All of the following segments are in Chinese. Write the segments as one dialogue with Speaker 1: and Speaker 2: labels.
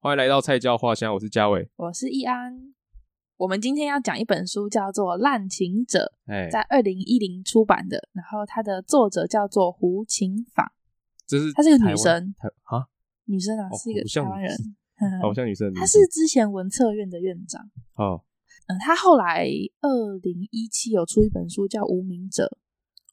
Speaker 1: 欢迎来到菜椒话香，我是嘉伟。
Speaker 2: 我是易安。我们今天要讲一本书，叫做《滥情者
Speaker 1: 哎》，，
Speaker 2: 在二零一零出版的，然后它的作者叫做胡琴坊，
Speaker 1: 这是
Speaker 2: 她是个女
Speaker 1: 台湾
Speaker 2: 生，
Speaker 1: 台啊，
Speaker 2: 女生啊，
Speaker 1: 哦
Speaker 2: 是一个
Speaker 1: 好
Speaker 2: 台
Speaker 1: 像
Speaker 2: 湾
Speaker 1: 女
Speaker 2: 人
Speaker 1: 生。
Speaker 2: 呵
Speaker 1: 好
Speaker 2: 呵
Speaker 1: 像女生的名字。
Speaker 2: 她是之前文策院的院长，
Speaker 1: 哦
Speaker 2: 嗯，她后来二零一七有出一本书叫《无名者》，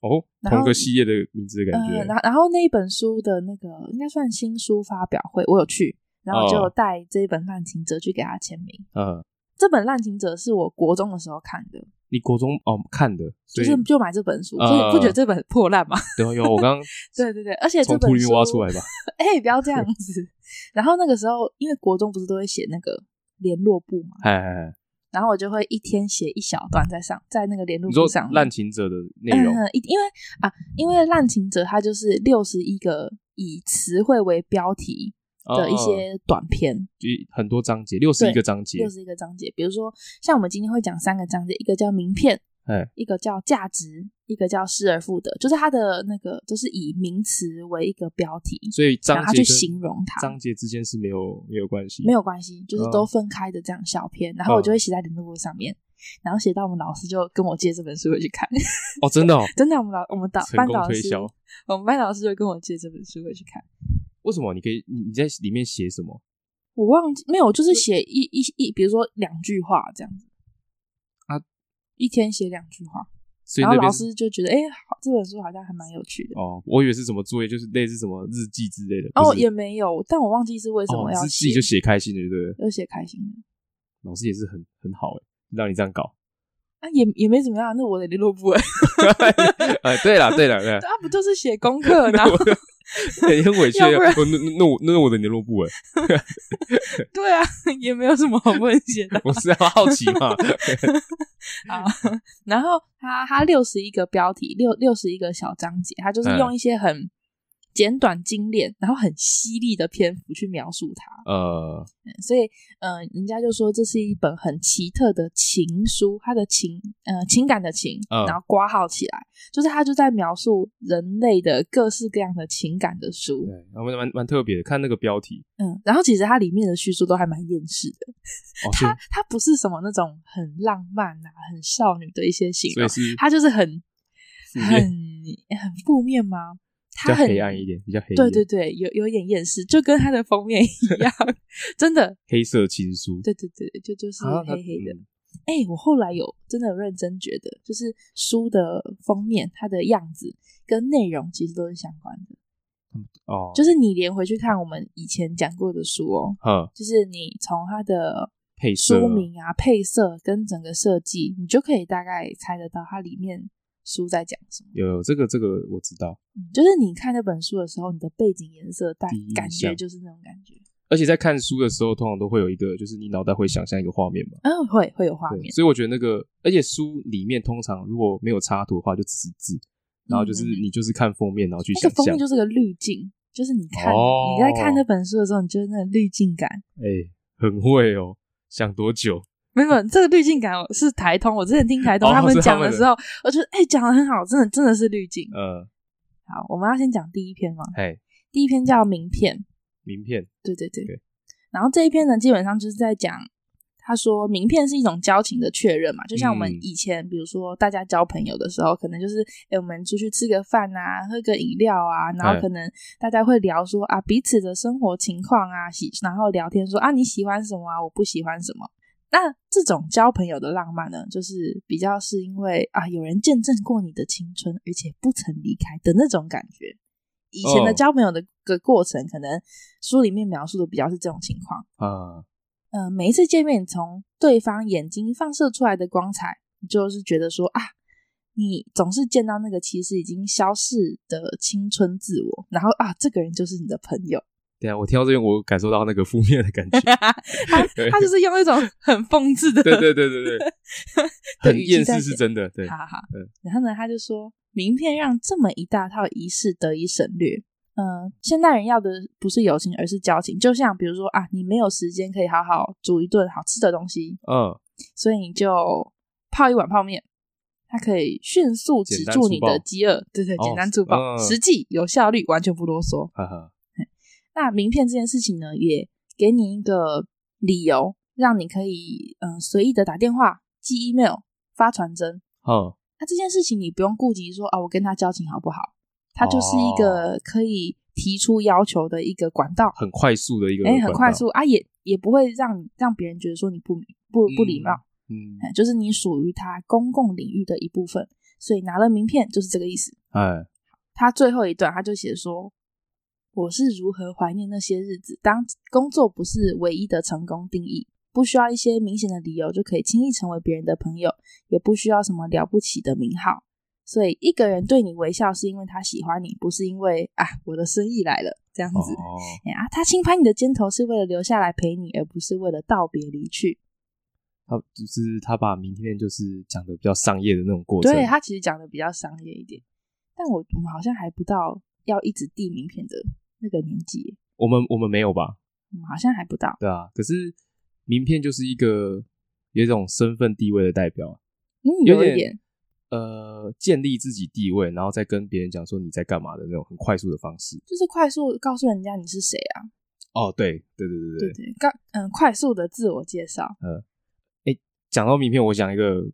Speaker 1: 哦，
Speaker 2: 然后
Speaker 1: 同个系列的名字的感觉
Speaker 2: 嗯，。然后然后那一本书的那个应该算新书发表会，我有去，然后就有
Speaker 1: 哦
Speaker 2: 带这一本《滥情者》去给她签名。
Speaker 1: 嗯，
Speaker 2: 这本《滥情者》是我国中的时候看的，
Speaker 1: 你国中哦看的，所
Speaker 2: 就
Speaker 1: 以
Speaker 2: 是就买这本书，
Speaker 1: 呃
Speaker 2: 所以不觉得这本很破烂吗？
Speaker 1: 对有我刚刚
Speaker 2: 对对对，而且这
Speaker 1: 从
Speaker 2: 本
Speaker 1: 土里面
Speaker 2: 书
Speaker 1: 挖出来吧。
Speaker 2: 哎、不要这样子。然后那个时候，因为国中不是都会写那个联络簿嘛，
Speaker 1: 哎哎， 哎
Speaker 2: 然后我就会一天写一小段在上，在那个联络
Speaker 1: 你说
Speaker 2: 簿上面
Speaker 1: 滥情者的内容
Speaker 2: 嗯，一因为啊，因为滥情者他就是六十一个以词汇为标题的一，
Speaker 1: 哦哦
Speaker 2: 些短篇，
Speaker 1: 就很多章节，六十一个章节
Speaker 2: 六，十一个章节。比如说，像我们今天会讲三个章节，一个叫名片，
Speaker 1: 哎，
Speaker 2: 一个叫价值，一个叫失而复得，就是它的那个都是以名词为一个标题，
Speaker 1: 所以章
Speaker 2: 然后他
Speaker 1: 节
Speaker 2: 去
Speaker 1: 跟
Speaker 2: 形容它
Speaker 1: 章节之间是没有没有关系，
Speaker 2: 没有关系，就是
Speaker 1: 嗯
Speaker 2: 都分开的这样小篇，然后
Speaker 1: 嗯
Speaker 2: 我就会写在联络簿上面，然后写到我们老师就跟我借这本书回去看，
Speaker 1: 哦，真的哦，
Speaker 2: 真的，我们老我们导
Speaker 1: 成
Speaker 2: 班
Speaker 1: 功
Speaker 2: 导
Speaker 1: 推
Speaker 2: 师
Speaker 1: 销，。
Speaker 2: 我们班导师就跟我借这本书回去看，
Speaker 1: 为什么？你可以你你在里面写什么
Speaker 2: 我忘记没有，就是写一一一，比如说两句话这样子
Speaker 1: 啊，
Speaker 2: 一天写两句话，
Speaker 1: 所以
Speaker 2: 然后
Speaker 1: 那
Speaker 2: 老
Speaker 1: 边是
Speaker 2: 师就觉得哎、好，这本书好像还蛮有趣的。
Speaker 1: 哦，我以为是什么作业，就是类似什么日记之类的。不
Speaker 2: 哦，
Speaker 1: 是
Speaker 2: 也没有，但我忘记是为什
Speaker 1: 哦
Speaker 2: 么
Speaker 1: 你
Speaker 2: 要
Speaker 1: 是自
Speaker 2: 写
Speaker 1: 己，就写开心的，对不对？
Speaker 2: 就写开心的。
Speaker 1: 老师也是很很好哎，让你这样 搞。
Speaker 2: 啊，也也没怎么样，那我的联络簿 哎，
Speaker 1: 哎，对了对了 对啦，
Speaker 2: 他不就是写功 课，然后
Speaker 1: 我哎你很委屈
Speaker 2: 要不然
Speaker 1: 哎，我那那我那我的联络部哎，
Speaker 2: 对啊， 也没有什么好不能写的
Speaker 1: 我是要好奇嘛。
Speaker 2: 啊。然后他他六十一个标题，六六十一个小章节，他就是
Speaker 1: 嗯
Speaker 2: 用一些很简短精炼，然后很犀利的篇幅去描述它。
Speaker 1: 呃，
Speaker 2: 嗯所以，嗯、人家就说这是一本很奇特的情书，它的情，呃，情感的情，
Speaker 1: 嗯
Speaker 2: 然后挂号起来，就是他就在描述人类的各式各样的情感的书。
Speaker 1: 对，我们蛮蛮特别的，看那个标题
Speaker 2: 嗯，然后其实它里面的叙述都还蛮厌世的。
Speaker 1: 哦，所
Speaker 2: 它它不是什么那种很浪漫啊、很少女的一些形
Speaker 1: 以所
Speaker 2: 容
Speaker 1: 以，是
Speaker 2: 它就是很
Speaker 1: 负
Speaker 2: 很
Speaker 1: 面
Speaker 2: 很负面吗？
Speaker 1: 比较
Speaker 2: 它很
Speaker 1: 黑暗一点，比较黑一点，
Speaker 2: 对对对，有有点厌世，就跟它的封面一样， 真的，
Speaker 1: 黑色情书，
Speaker 2: 对对对，就就是
Speaker 1: 啊，那
Speaker 2: 黑黑的。
Speaker 1: 嗯
Speaker 2: 哎、我后来有真的有认真觉得，就是书的封面它的样子跟内容其实都是相关的，
Speaker 1: 哦，
Speaker 2: 就是是你连回去看我们以前讲过的书哦，
Speaker 1: 嗯，
Speaker 2: 就是你从它的
Speaker 1: 配色
Speaker 2: 书名啊、配色跟整个设计，你就可以大概猜得到它里面书在讲什么。
Speaker 1: 有有这个这个我知道，
Speaker 2: 嗯就是你看那本书的时候，你的背景颜色大
Speaker 1: 第一印
Speaker 2: 感
Speaker 1: 象
Speaker 2: 觉就是那种感觉，
Speaker 1: 而且在看书的时候，通常都会有一个，就是你脑袋会想象一个画面嘛。
Speaker 2: 嗯，会会有画
Speaker 1: 对，
Speaker 2: 面，
Speaker 1: 所以我觉得那个，而且书里面通常如果没有插图的话，就只是字，然后就是
Speaker 2: 嗯嗯嗯
Speaker 1: 你就是看封面，然后去
Speaker 2: 那
Speaker 1: 想
Speaker 2: 个封
Speaker 1: 象
Speaker 2: 面。就是个滤镜，就是你看、
Speaker 1: 哦
Speaker 2: 你在看那本书的时候，你就是那个滤镜感。
Speaker 1: 哎，很会哦，想多久？
Speaker 2: 没有，没有这个滤镜感是台通。我之前听台通
Speaker 1: 哦
Speaker 2: 他们
Speaker 1: 是他
Speaker 2: 讲
Speaker 1: 们
Speaker 2: 的
Speaker 1: 的
Speaker 2: 时候，我觉得哎讲的很好，真的真的是滤镜。
Speaker 1: 呃，
Speaker 2: 好，我们要先讲第一篇嘛。
Speaker 1: 哎，
Speaker 2: 第一篇叫名片，
Speaker 1: 名片，
Speaker 2: 对对对。
Speaker 1: 对
Speaker 2: 然后这一篇呢，基本上就是在讲，他说名片是一种交情的确认嘛，就像我们
Speaker 1: 嗯
Speaker 2: 以前，比如说大家交朋友的时候，可能就是哎诶我们出去吃个饭啊，喝个饮料啊，然
Speaker 1: 哎
Speaker 2: 后可能大家会聊说啊彼此的生活情况啊，喜然后聊天说啊你喜欢什么啊，我不喜欢什么。那这种交朋友的浪漫呢，就是比较是因为啊，有人见证过你的青春，而且不曾离开的那种感觉。以前
Speaker 1: 哦
Speaker 2: 的交朋友的个过程，可能书里面描述的比较是这种情况。
Speaker 1: 啊，
Speaker 2: 嗯、每一次见面，你从对方眼睛放射出来的光彩，你就是觉得说啊，你总是见到那个其实已经消逝的青春自我，然后啊，这个人就是你的朋友。
Speaker 1: 对啊，我听到这边，我感受到那个负面的感 觉。
Speaker 2: 他他就是用一种很讽刺的
Speaker 1: 对对对 对对，
Speaker 2: 的
Speaker 1: 很
Speaker 2: 语气
Speaker 1: 厌
Speaker 2: 在
Speaker 1: 世是
Speaker 2: 讲
Speaker 1: 真的，对，
Speaker 2: 哈哈
Speaker 1: 嗯。
Speaker 2: 然后呢，他就说，名片让这么一大套仪式得以省略。嗯，现代人要的不是友情，而是交情。就像比如说啊，你没有时间可以好好煮一顿好吃的东西，
Speaker 1: 嗯，
Speaker 2: 所以你就泡一碗泡面，它可以迅速止住你的饥饿。对对，
Speaker 1: 哦
Speaker 2: 简单粗暴，
Speaker 1: 嗯
Speaker 2: 实际有效率，完全不啰嗦。
Speaker 1: 哈哈，
Speaker 2: 那名片这件事情呢，也给你一个理由，让你可以嗯、呃随意的打电话、寄 email、发传真。
Speaker 1: 嗯，
Speaker 2: 那这件事情你不用顾及说啊，我跟他交情好不好，他就是一
Speaker 1: 哦
Speaker 2: 个可以提出要求的一个管道。
Speaker 1: 很快速的一个，
Speaker 2: 哎、很快，速啊，也也不会让你让别人觉得说你不不不礼貌，
Speaker 1: 嗯，
Speaker 2: 哎就是你属于他公共领域的一部分，所以拿了名片就是这个意思。
Speaker 1: 哎，
Speaker 2: 他最后一段他就写说：“我是如何怀念那些日子，当工作不是唯一的成功定义，不需要一些明显的理由就可以轻易成为别人的朋友，也不需要什么了不起的名号。所以一个人对你微笑，是因为他喜欢你，不是因为啊我的生意来了这样子。
Speaker 1: 哦，
Speaker 2: 哎啊，他轻拍你的肩头是为了留下来陪你，而不是为了道别离去。
Speaker 1: 他就是他把明天就是讲的比较商业的那种过程，
Speaker 2: 对他其实讲的比较商业一点，但我我们好像还不到要一直递名片的那个年纪耶。
Speaker 1: 我们我们没有吧？
Speaker 2: 嗯，好像还不到。
Speaker 1: 对啊，可是名片就是一个有一种身份地位的代表，啊
Speaker 2: 嗯，
Speaker 1: 有
Speaker 2: 有一
Speaker 1: 点
Speaker 2: 点，
Speaker 1: 呃，建立自己地位，然后再跟别人讲说你在干嘛的那种很快速的方式。
Speaker 2: 就是快速告诉人家你是谁啊？
Speaker 1: 哦，对对对对呃
Speaker 2: 对对，刚嗯，快速的自我介绍。
Speaker 1: 讲到名片，我讲一个，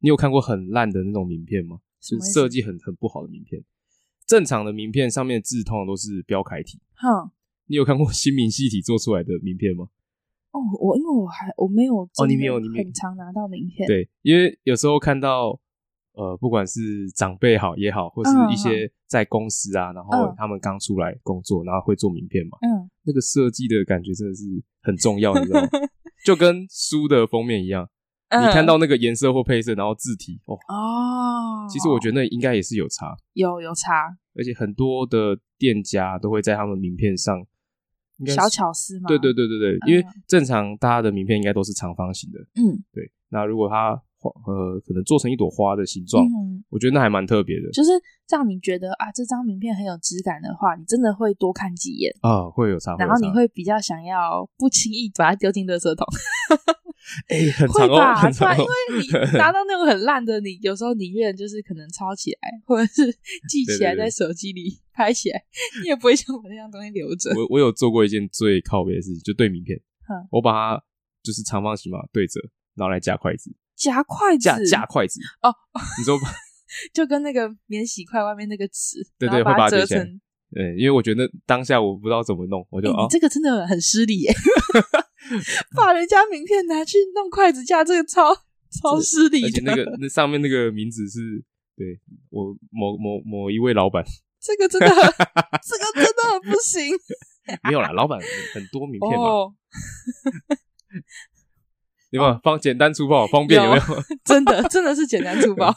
Speaker 1: 你有看过很烂的那种名片吗？
Speaker 2: 什
Speaker 1: 就
Speaker 2: 么意
Speaker 1: 是
Speaker 2: 思
Speaker 1: 设计很很不好的名片。正常的名片上面的字通常都是标楷体，
Speaker 2: 哼，
Speaker 1: 你有看过 新明细体做出来的名片吗？
Speaker 2: 哦，我因为我还我没有真的
Speaker 1: 哦你没有你没有
Speaker 2: 很常拿到名片，
Speaker 1: 对，因为有时候看到，呃，不管是长辈好也好，或是
Speaker 2: 嗯
Speaker 1: 一些在公司啊，然后
Speaker 2: 嗯
Speaker 1: 他们刚出来工作，然后会做名片嘛，
Speaker 2: 嗯，
Speaker 1: 那个设计的感觉真的是很重要，你知道 吗？就跟书的封面一样，
Speaker 2: 嗯，
Speaker 1: 你看到那个颜色或配色，然后字体哦，
Speaker 2: 哦，
Speaker 1: 其实我觉得那应该也是有差，
Speaker 2: 有有差
Speaker 1: 而且很多的店家都会在他们名片上，应该是
Speaker 2: 小巧思嘛，
Speaker 1: 对对，对对对，因为
Speaker 2: 嗯
Speaker 1: 正常大家的名片应该都是长方形的，
Speaker 2: 嗯
Speaker 1: 对，那如果它画呃可能做成一朵花的形状，
Speaker 2: 嗯，
Speaker 1: 我觉得那还蛮特别的
Speaker 2: 就是让你觉得啊，这张名片很有质感的话，你真的会多看几眼，
Speaker 1: 啊，会有差。
Speaker 2: 然后
Speaker 1: 有差
Speaker 2: 你会比较想要不轻易把它丢进垃圾桶。
Speaker 1: 哎、很
Speaker 2: 会
Speaker 1: 长哦，
Speaker 2: 吧？
Speaker 1: 很
Speaker 2: 突
Speaker 1: 长
Speaker 2: 然，
Speaker 1: 哦
Speaker 2: 因，为你拿到那种很烂的，你有时候宁愿就是可能抄起来，或者 是记
Speaker 1: 对
Speaker 2: 起来
Speaker 1: 对对
Speaker 2: 在手机里拍起来，你也不会想把那样东西留着。
Speaker 1: 我我有做过一件最靠背的事情，就对名片
Speaker 2: 嗯，
Speaker 1: 我把它就是长方形嘛对折，然后来夹筷子，
Speaker 2: 夹筷子
Speaker 1: 夹夹筷子
Speaker 2: 哦，
Speaker 1: 你说
Speaker 2: 就跟那个免洗筷外面那个纸，
Speaker 1: 对
Speaker 2: 然后
Speaker 1: 对会
Speaker 2: 把
Speaker 1: 把它
Speaker 2: 折
Speaker 1: 叠起来
Speaker 2: 成。
Speaker 1: 嗯，因为我觉得当下我不知道怎么弄，我就
Speaker 2: 哎、
Speaker 1: 啊、
Speaker 2: 你这个真的很失礼 耶！把人家名片拿去弄筷子架，这个超超失礼
Speaker 1: 而且
Speaker 2: 的。
Speaker 1: 那个那上面那个名字是对我某某某一位老板
Speaker 2: 这个真的很， 这个真的很不行
Speaker 1: 没有啦，老板很多名片嘛，
Speaker 2: 哦，
Speaker 1: 有没有方简单粗暴方便有没有？
Speaker 2: 真的真的是简单粗暴。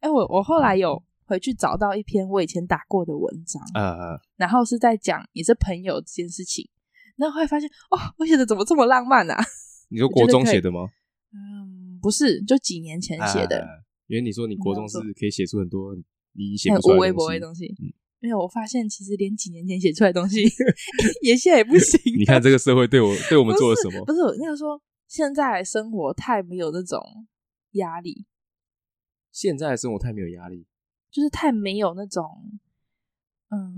Speaker 2: 哎、我我后来有回去找到一篇我以前打过的文章，
Speaker 1: 呃，
Speaker 2: 然后是在讲也是朋友这件事情，然后后来发现哦，我写的怎么这么浪漫啊？
Speaker 1: 你说
Speaker 2: 我觉
Speaker 1: 国
Speaker 2: 得
Speaker 1: 中
Speaker 2: 可以
Speaker 1: 写的吗？
Speaker 2: 嗯，不是，就几年前写的，
Speaker 1: 啊因为你说你国中是可以写出很多你写
Speaker 2: 很
Speaker 1: 不出
Speaker 2: 无
Speaker 1: 来
Speaker 2: 微
Speaker 1: 的
Speaker 2: 不
Speaker 1: 东
Speaker 2: 微
Speaker 1: 西
Speaker 2: 的。东西
Speaker 1: 嗯。
Speaker 2: 没有，我发现其实连几年前写出来的东西 也现在也不行。
Speaker 1: 你看这个社会对我 对我们做了什么
Speaker 2: 不？是我那个说，现在生活太没有那种压力，
Speaker 1: 现在的生活太没有压力，
Speaker 2: 就是太没有那种，嗯，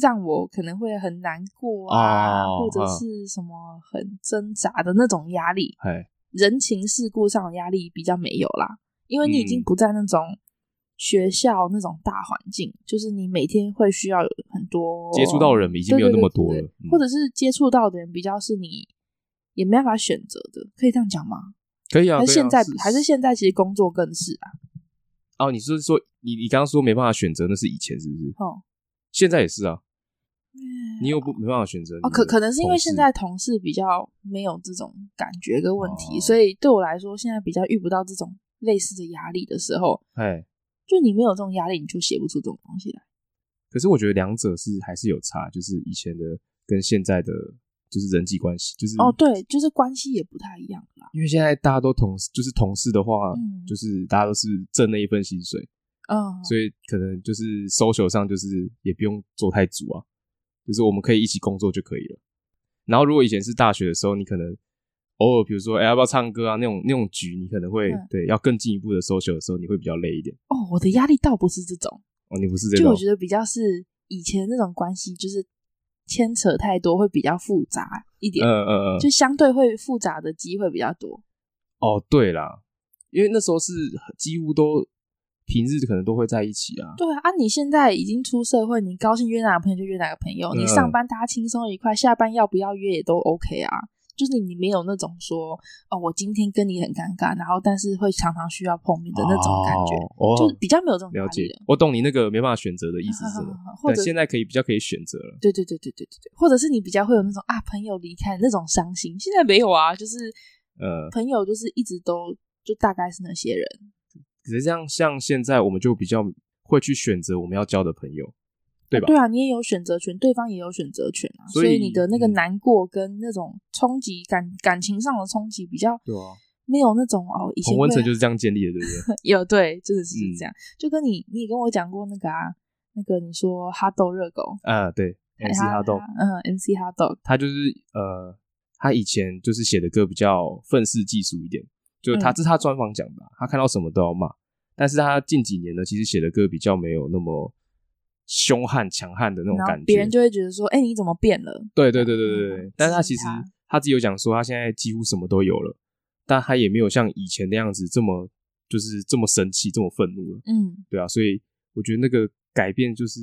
Speaker 2: 让我可能会很难过啊，
Speaker 1: 哦
Speaker 2: 或者
Speaker 1: 嗯
Speaker 2: 是什么很挣扎的那种压力，
Speaker 1: 哎，
Speaker 2: 人情世故上的压力比较没有啦，因为你已经
Speaker 1: 嗯
Speaker 2: 不在那种学校那种大环境，就是你每天会需要有很多
Speaker 1: 接触到的人已经没有那么多
Speaker 2: 对
Speaker 1: 了
Speaker 2: 对对对对
Speaker 1: 嗯
Speaker 2: 或者是接触到的人比较是你也没办法选择的，可以这样讲吗？
Speaker 1: 可以啊。
Speaker 2: 还
Speaker 1: 可以
Speaker 2: 是
Speaker 1: 啊
Speaker 2: 现在还是现在其实工作更是啊，
Speaker 1: 哦？你是说你你刚刚说没办法选择，那是以前是不是？
Speaker 2: 哦，
Speaker 1: 现在也是啊，你又不没办法选择你的
Speaker 2: 哦，可可能是因为
Speaker 1: 同事
Speaker 2: 现在同事比较没有这种感觉跟问题，
Speaker 1: 哦
Speaker 2: 所以对我来说，现在比较遇不到这种类似的压力的时候，
Speaker 1: 哎，
Speaker 2: 就你没有这种压力，你就写不出这种东西来。
Speaker 1: 可是我觉得两者是还是有差，就是以前的跟现在的就是人际关系，就是
Speaker 2: 哦，，对，就是关系也不太一样啦。
Speaker 1: 因为现在大家都同事，就是同事的话，
Speaker 2: 嗯
Speaker 1: 就是大家都是挣那一份薪水，
Speaker 2: 嗯，
Speaker 1: 所以可能就是 social 上就是也不用做太足啊，就是我们可以一起工作就可以了。然后如果以前是大学的时候，你可能偶尔比如说哎、要不要唱歌啊那种那种局，你可能会、
Speaker 2: 嗯
Speaker 1: 对要更进一步的 social 的时候，你会比较累一点。
Speaker 2: 哦，我的压力倒不是这种，
Speaker 1: 哦，你不是这
Speaker 2: 就
Speaker 1: 种
Speaker 2: 我觉得比较是以前那种关系，就是牵扯太多会比较复杂一点，
Speaker 1: 嗯嗯嗯，
Speaker 2: 就相对会复杂的机会比较多。
Speaker 1: 哦，对啦，因为那时候是几乎都平日可能都会在一起啊。
Speaker 2: 对啊，啊，你现在已经出社会，你高兴约哪个朋友就约哪个朋友，
Speaker 1: 嗯
Speaker 2: 你上班大家轻松愉快，下班要不要约也都 OK 啊。就是你，你没有那种说哦，我今天跟你很尴尬，然后但是会常常需要碰面的那种感觉，
Speaker 1: 哦，
Speaker 2: 就是
Speaker 1: 哦
Speaker 2: 比较没有这种压
Speaker 1: 了
Speaker 2: 力
Speaker 1: 解
Speaker 2: 了。。
Speaker 1: 我懂你那个没办法选择的意思是什么，
Speaker 2: 或
Speaker 1: 但
Speaker 2: 者
Speaker 1: 现在可以比较可以选择了。
Speaker 2: 对对对对对对对，或者是你比较会有那种啊朋友离开那种伤心，现在没有啊，就是
Speaker 1: 呃，
Speaker 2: 朋友就是一直都就大概是那些人，
Speaker 1: 可是这样像现在我们就比较会去选择我们要交的朋友，对吧？
Speaker 2: 对啊，你也有选择权，对方也有选择权啊，
Speaker 1: 所
Speaker 2: 所
Speaker 1: 以
Speaker 2: 你的那个
Speaker 1: 嗯
Speaker 2: 难过跟那种冲击感感情上的冲击比较
Speaker 1: 对啊
Speaker 2: 没有那种哦，以前
Speaker 1: 同温层
Speaker 2: 会
Speaker 1: 就是这样建立的，对不对？
Speaker 2: 有对，真的是
Speaker 1: 嗯
Speaker 2: 这样，就跟你你也跟我讲过那个啊，那个你说哈豆热狗
Speaker 1: 啊，对，MC 哈豆，
Speaker 2: 嗯，MC 哈豆，
Speaker 1: 他就是呃，他以前就是写的歌比较愤世嫉俗一点，就他、
Speaker 2: 嗯
Speaker 1: 这是他专访讲的啊，他看到什么都要骂。但是他近几年呢，其实写的歌比较没有那么凶悍、强悍的那种
Speaker 2: 然
Speaker 1: 感
Speaker 2: 后
Speaker 1: 觉，
Speaker 2: 别人就会觉得说，哎，你怎么变了？
Speaker 1: 对对对对对对，
Speaker 2: 嗯
Speaker 1: 但是他
Speaker 2: 支
Speaker 1: 其
Speaker 2: 持
Speaker 1: 实
Speaker 2: 他
Speaker 1: 他自己有讲说，他现在几乎什么都有了，但他也没有像以前那样子这么就是这么生气、这么愤怒了，
Speaker 2: 嗯，
Speaker 1: 对啊，所以我觉得那个改变就是，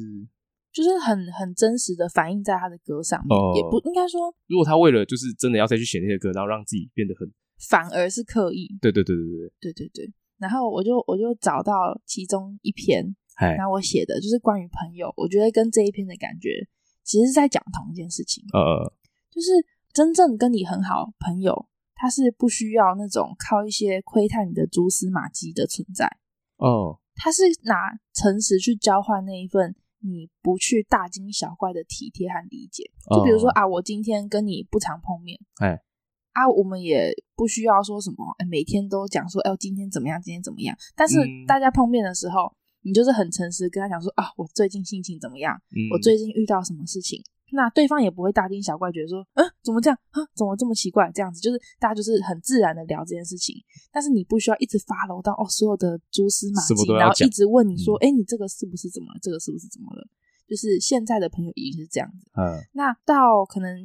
Speaker 2: 就是很很真实的反映在他的歌上面，
Speaker 1: 哦
Speaker 2: 也不应该说
Speaker 1: 如果他为了就是真的要再去写那些歌，然后让自己变得很，
Speaker 2: 反而是刻意，
Speaker 1: 对对对对对，
Speaker 2: 对对对。然后我就我就找到其中一篇，
Speaker 1: 哎，
Speaker 2: 然后我写的就是关于朋友，我觉得跟这一篇的感觉其实是在讲同一件事情，
Speaker 1: 呃，
Speaker 2: 就是真正跟你很好的朋友，他是不需要那种靠一些窥探你的蛛丝马迹的存在，
Speaker 1: 哦，
Speaker 2: 他是拿诚实去交换那一份你不去大惊小怪的体贴和理解。就比如说
Speaker 1: 哦，
Speaker 2: 啊，我今天跟你不常碰面，
Speaker 1: 哎，
Speaker 2: 啊，我们也不需要说什么，哎每天都讲说，哎，我今天怎么样，今天怎么样。但是
Speaker 1: 嗯
Speaker 2: 大家碰面的时候，你就是很诚实地跟他讲说，啊，我最近心情怎么样，
Speaker 1: 嗯
Speaker 2: 我最近遇到什么事情。那对方也不会大惊小怪，觉得说，嗯，怎么这样啊？怎么这么奇怪？这样子就是大家就是很自然的聊这件事情，但是你不需要一直发楼到哦所有的蛛丝马
Speaker 1: 什么
Speaker 2: 迹
Speaker 1: 都，要
Speaker 2: 然后
Speaker 1: 讲嗯
Speaker 2: 一直问你说，哎、你这个是不是怎么了？这个是不是怎么了？就是现在的朋友已经是这样子。
Speaker 1: 嗯
Speaker 2: 那到可能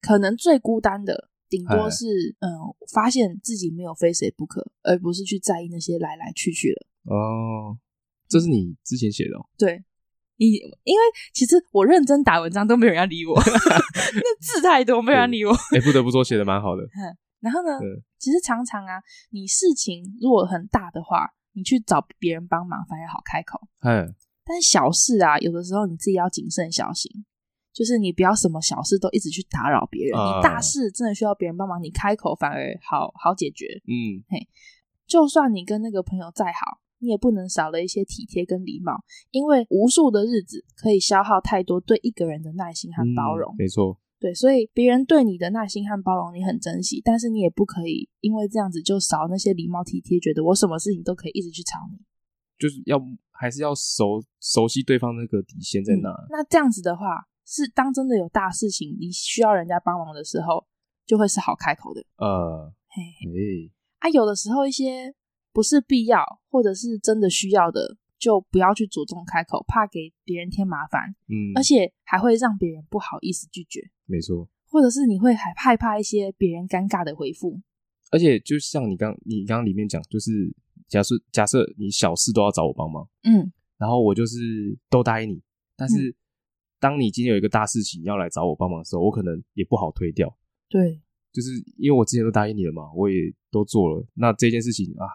Speaker 2: 可能最孤单的，顶
Speaker 1: 哎
Speaker 2: 多是嗯、呃发现自己没有非谁不可，而不是去在意那些来来去去了。
Speaker 1: 哦，这是你之前写的哦，
Speaker 2: 对你，因为其实我认真打文章都没有人要理 我，那字太多，没有人要理我。
Speaker 1: 哎，不得不说写的蛮好的，
Speaker 2: 然后呢
Speaker 1: 对，
Speaker 2: 其实常常啊，你事情如果很大的话，你去找别人帮忙反而好开口，
Speaker 1: 哎，
Speaker 2: 但小事啊，有的时候你自己要谨慎小心。就是你不要什么小事都一直去打扰别人，
Speaker 1: 啊
Speaker 2: 你大事真的需要别人帮忙，你开口反而好好解决。
Speaker 1: 嗯，
Speaker 2: 就算你跟那个朋友再好，你也不能少了一些体贴跟礼貌，因为无数的日子可以消耗太多对一个人的耐心和包容。
Speaker 1: 嗯没错，
Speaker 2: 对，所以别人对你的耐心和包容，你很珍惜，但是你也不可以因为这样子就少那些礼貌体贴，觉得我什么事情都可以一直去吵你。
Speaker 1: 就是要还是要熟熟悉对方那个底线在哪，
Speaker 2: 嗯那这样子的话，是当真的有大事情你需要人家帮忙的时候，就会是好开口的。
Speaker 1: 呃，
Speaker 2: 嘿，
Speaker 1: 哎，
Speaker 2: 啊，有的时候一些不是必要或者是真的需要的，就不要去主动开口，怕给别人添麻烦，
Speaker 1: 嗯，
Speaker 2: 而且还会让别人不好意思拒绝，
Speaker 1: 没错，
Speaker 2: 或者是你会害害怕一些别人尴尬的回复。
Speaker 1: 而且就像你刚你刚刚里面讲，就是假设假设你小事都要找我帮忙，
Speaker 2: 嗯，
Speaker 1: 然后我就是都答应你，但是当你今天有一个大事情要来找我帮忙的时候，我可能也不好推掉，
Speaker 2: 对，
Speaker 1: 就是因为我之前都答应你了嘛，我也都做了，那这件事情啊，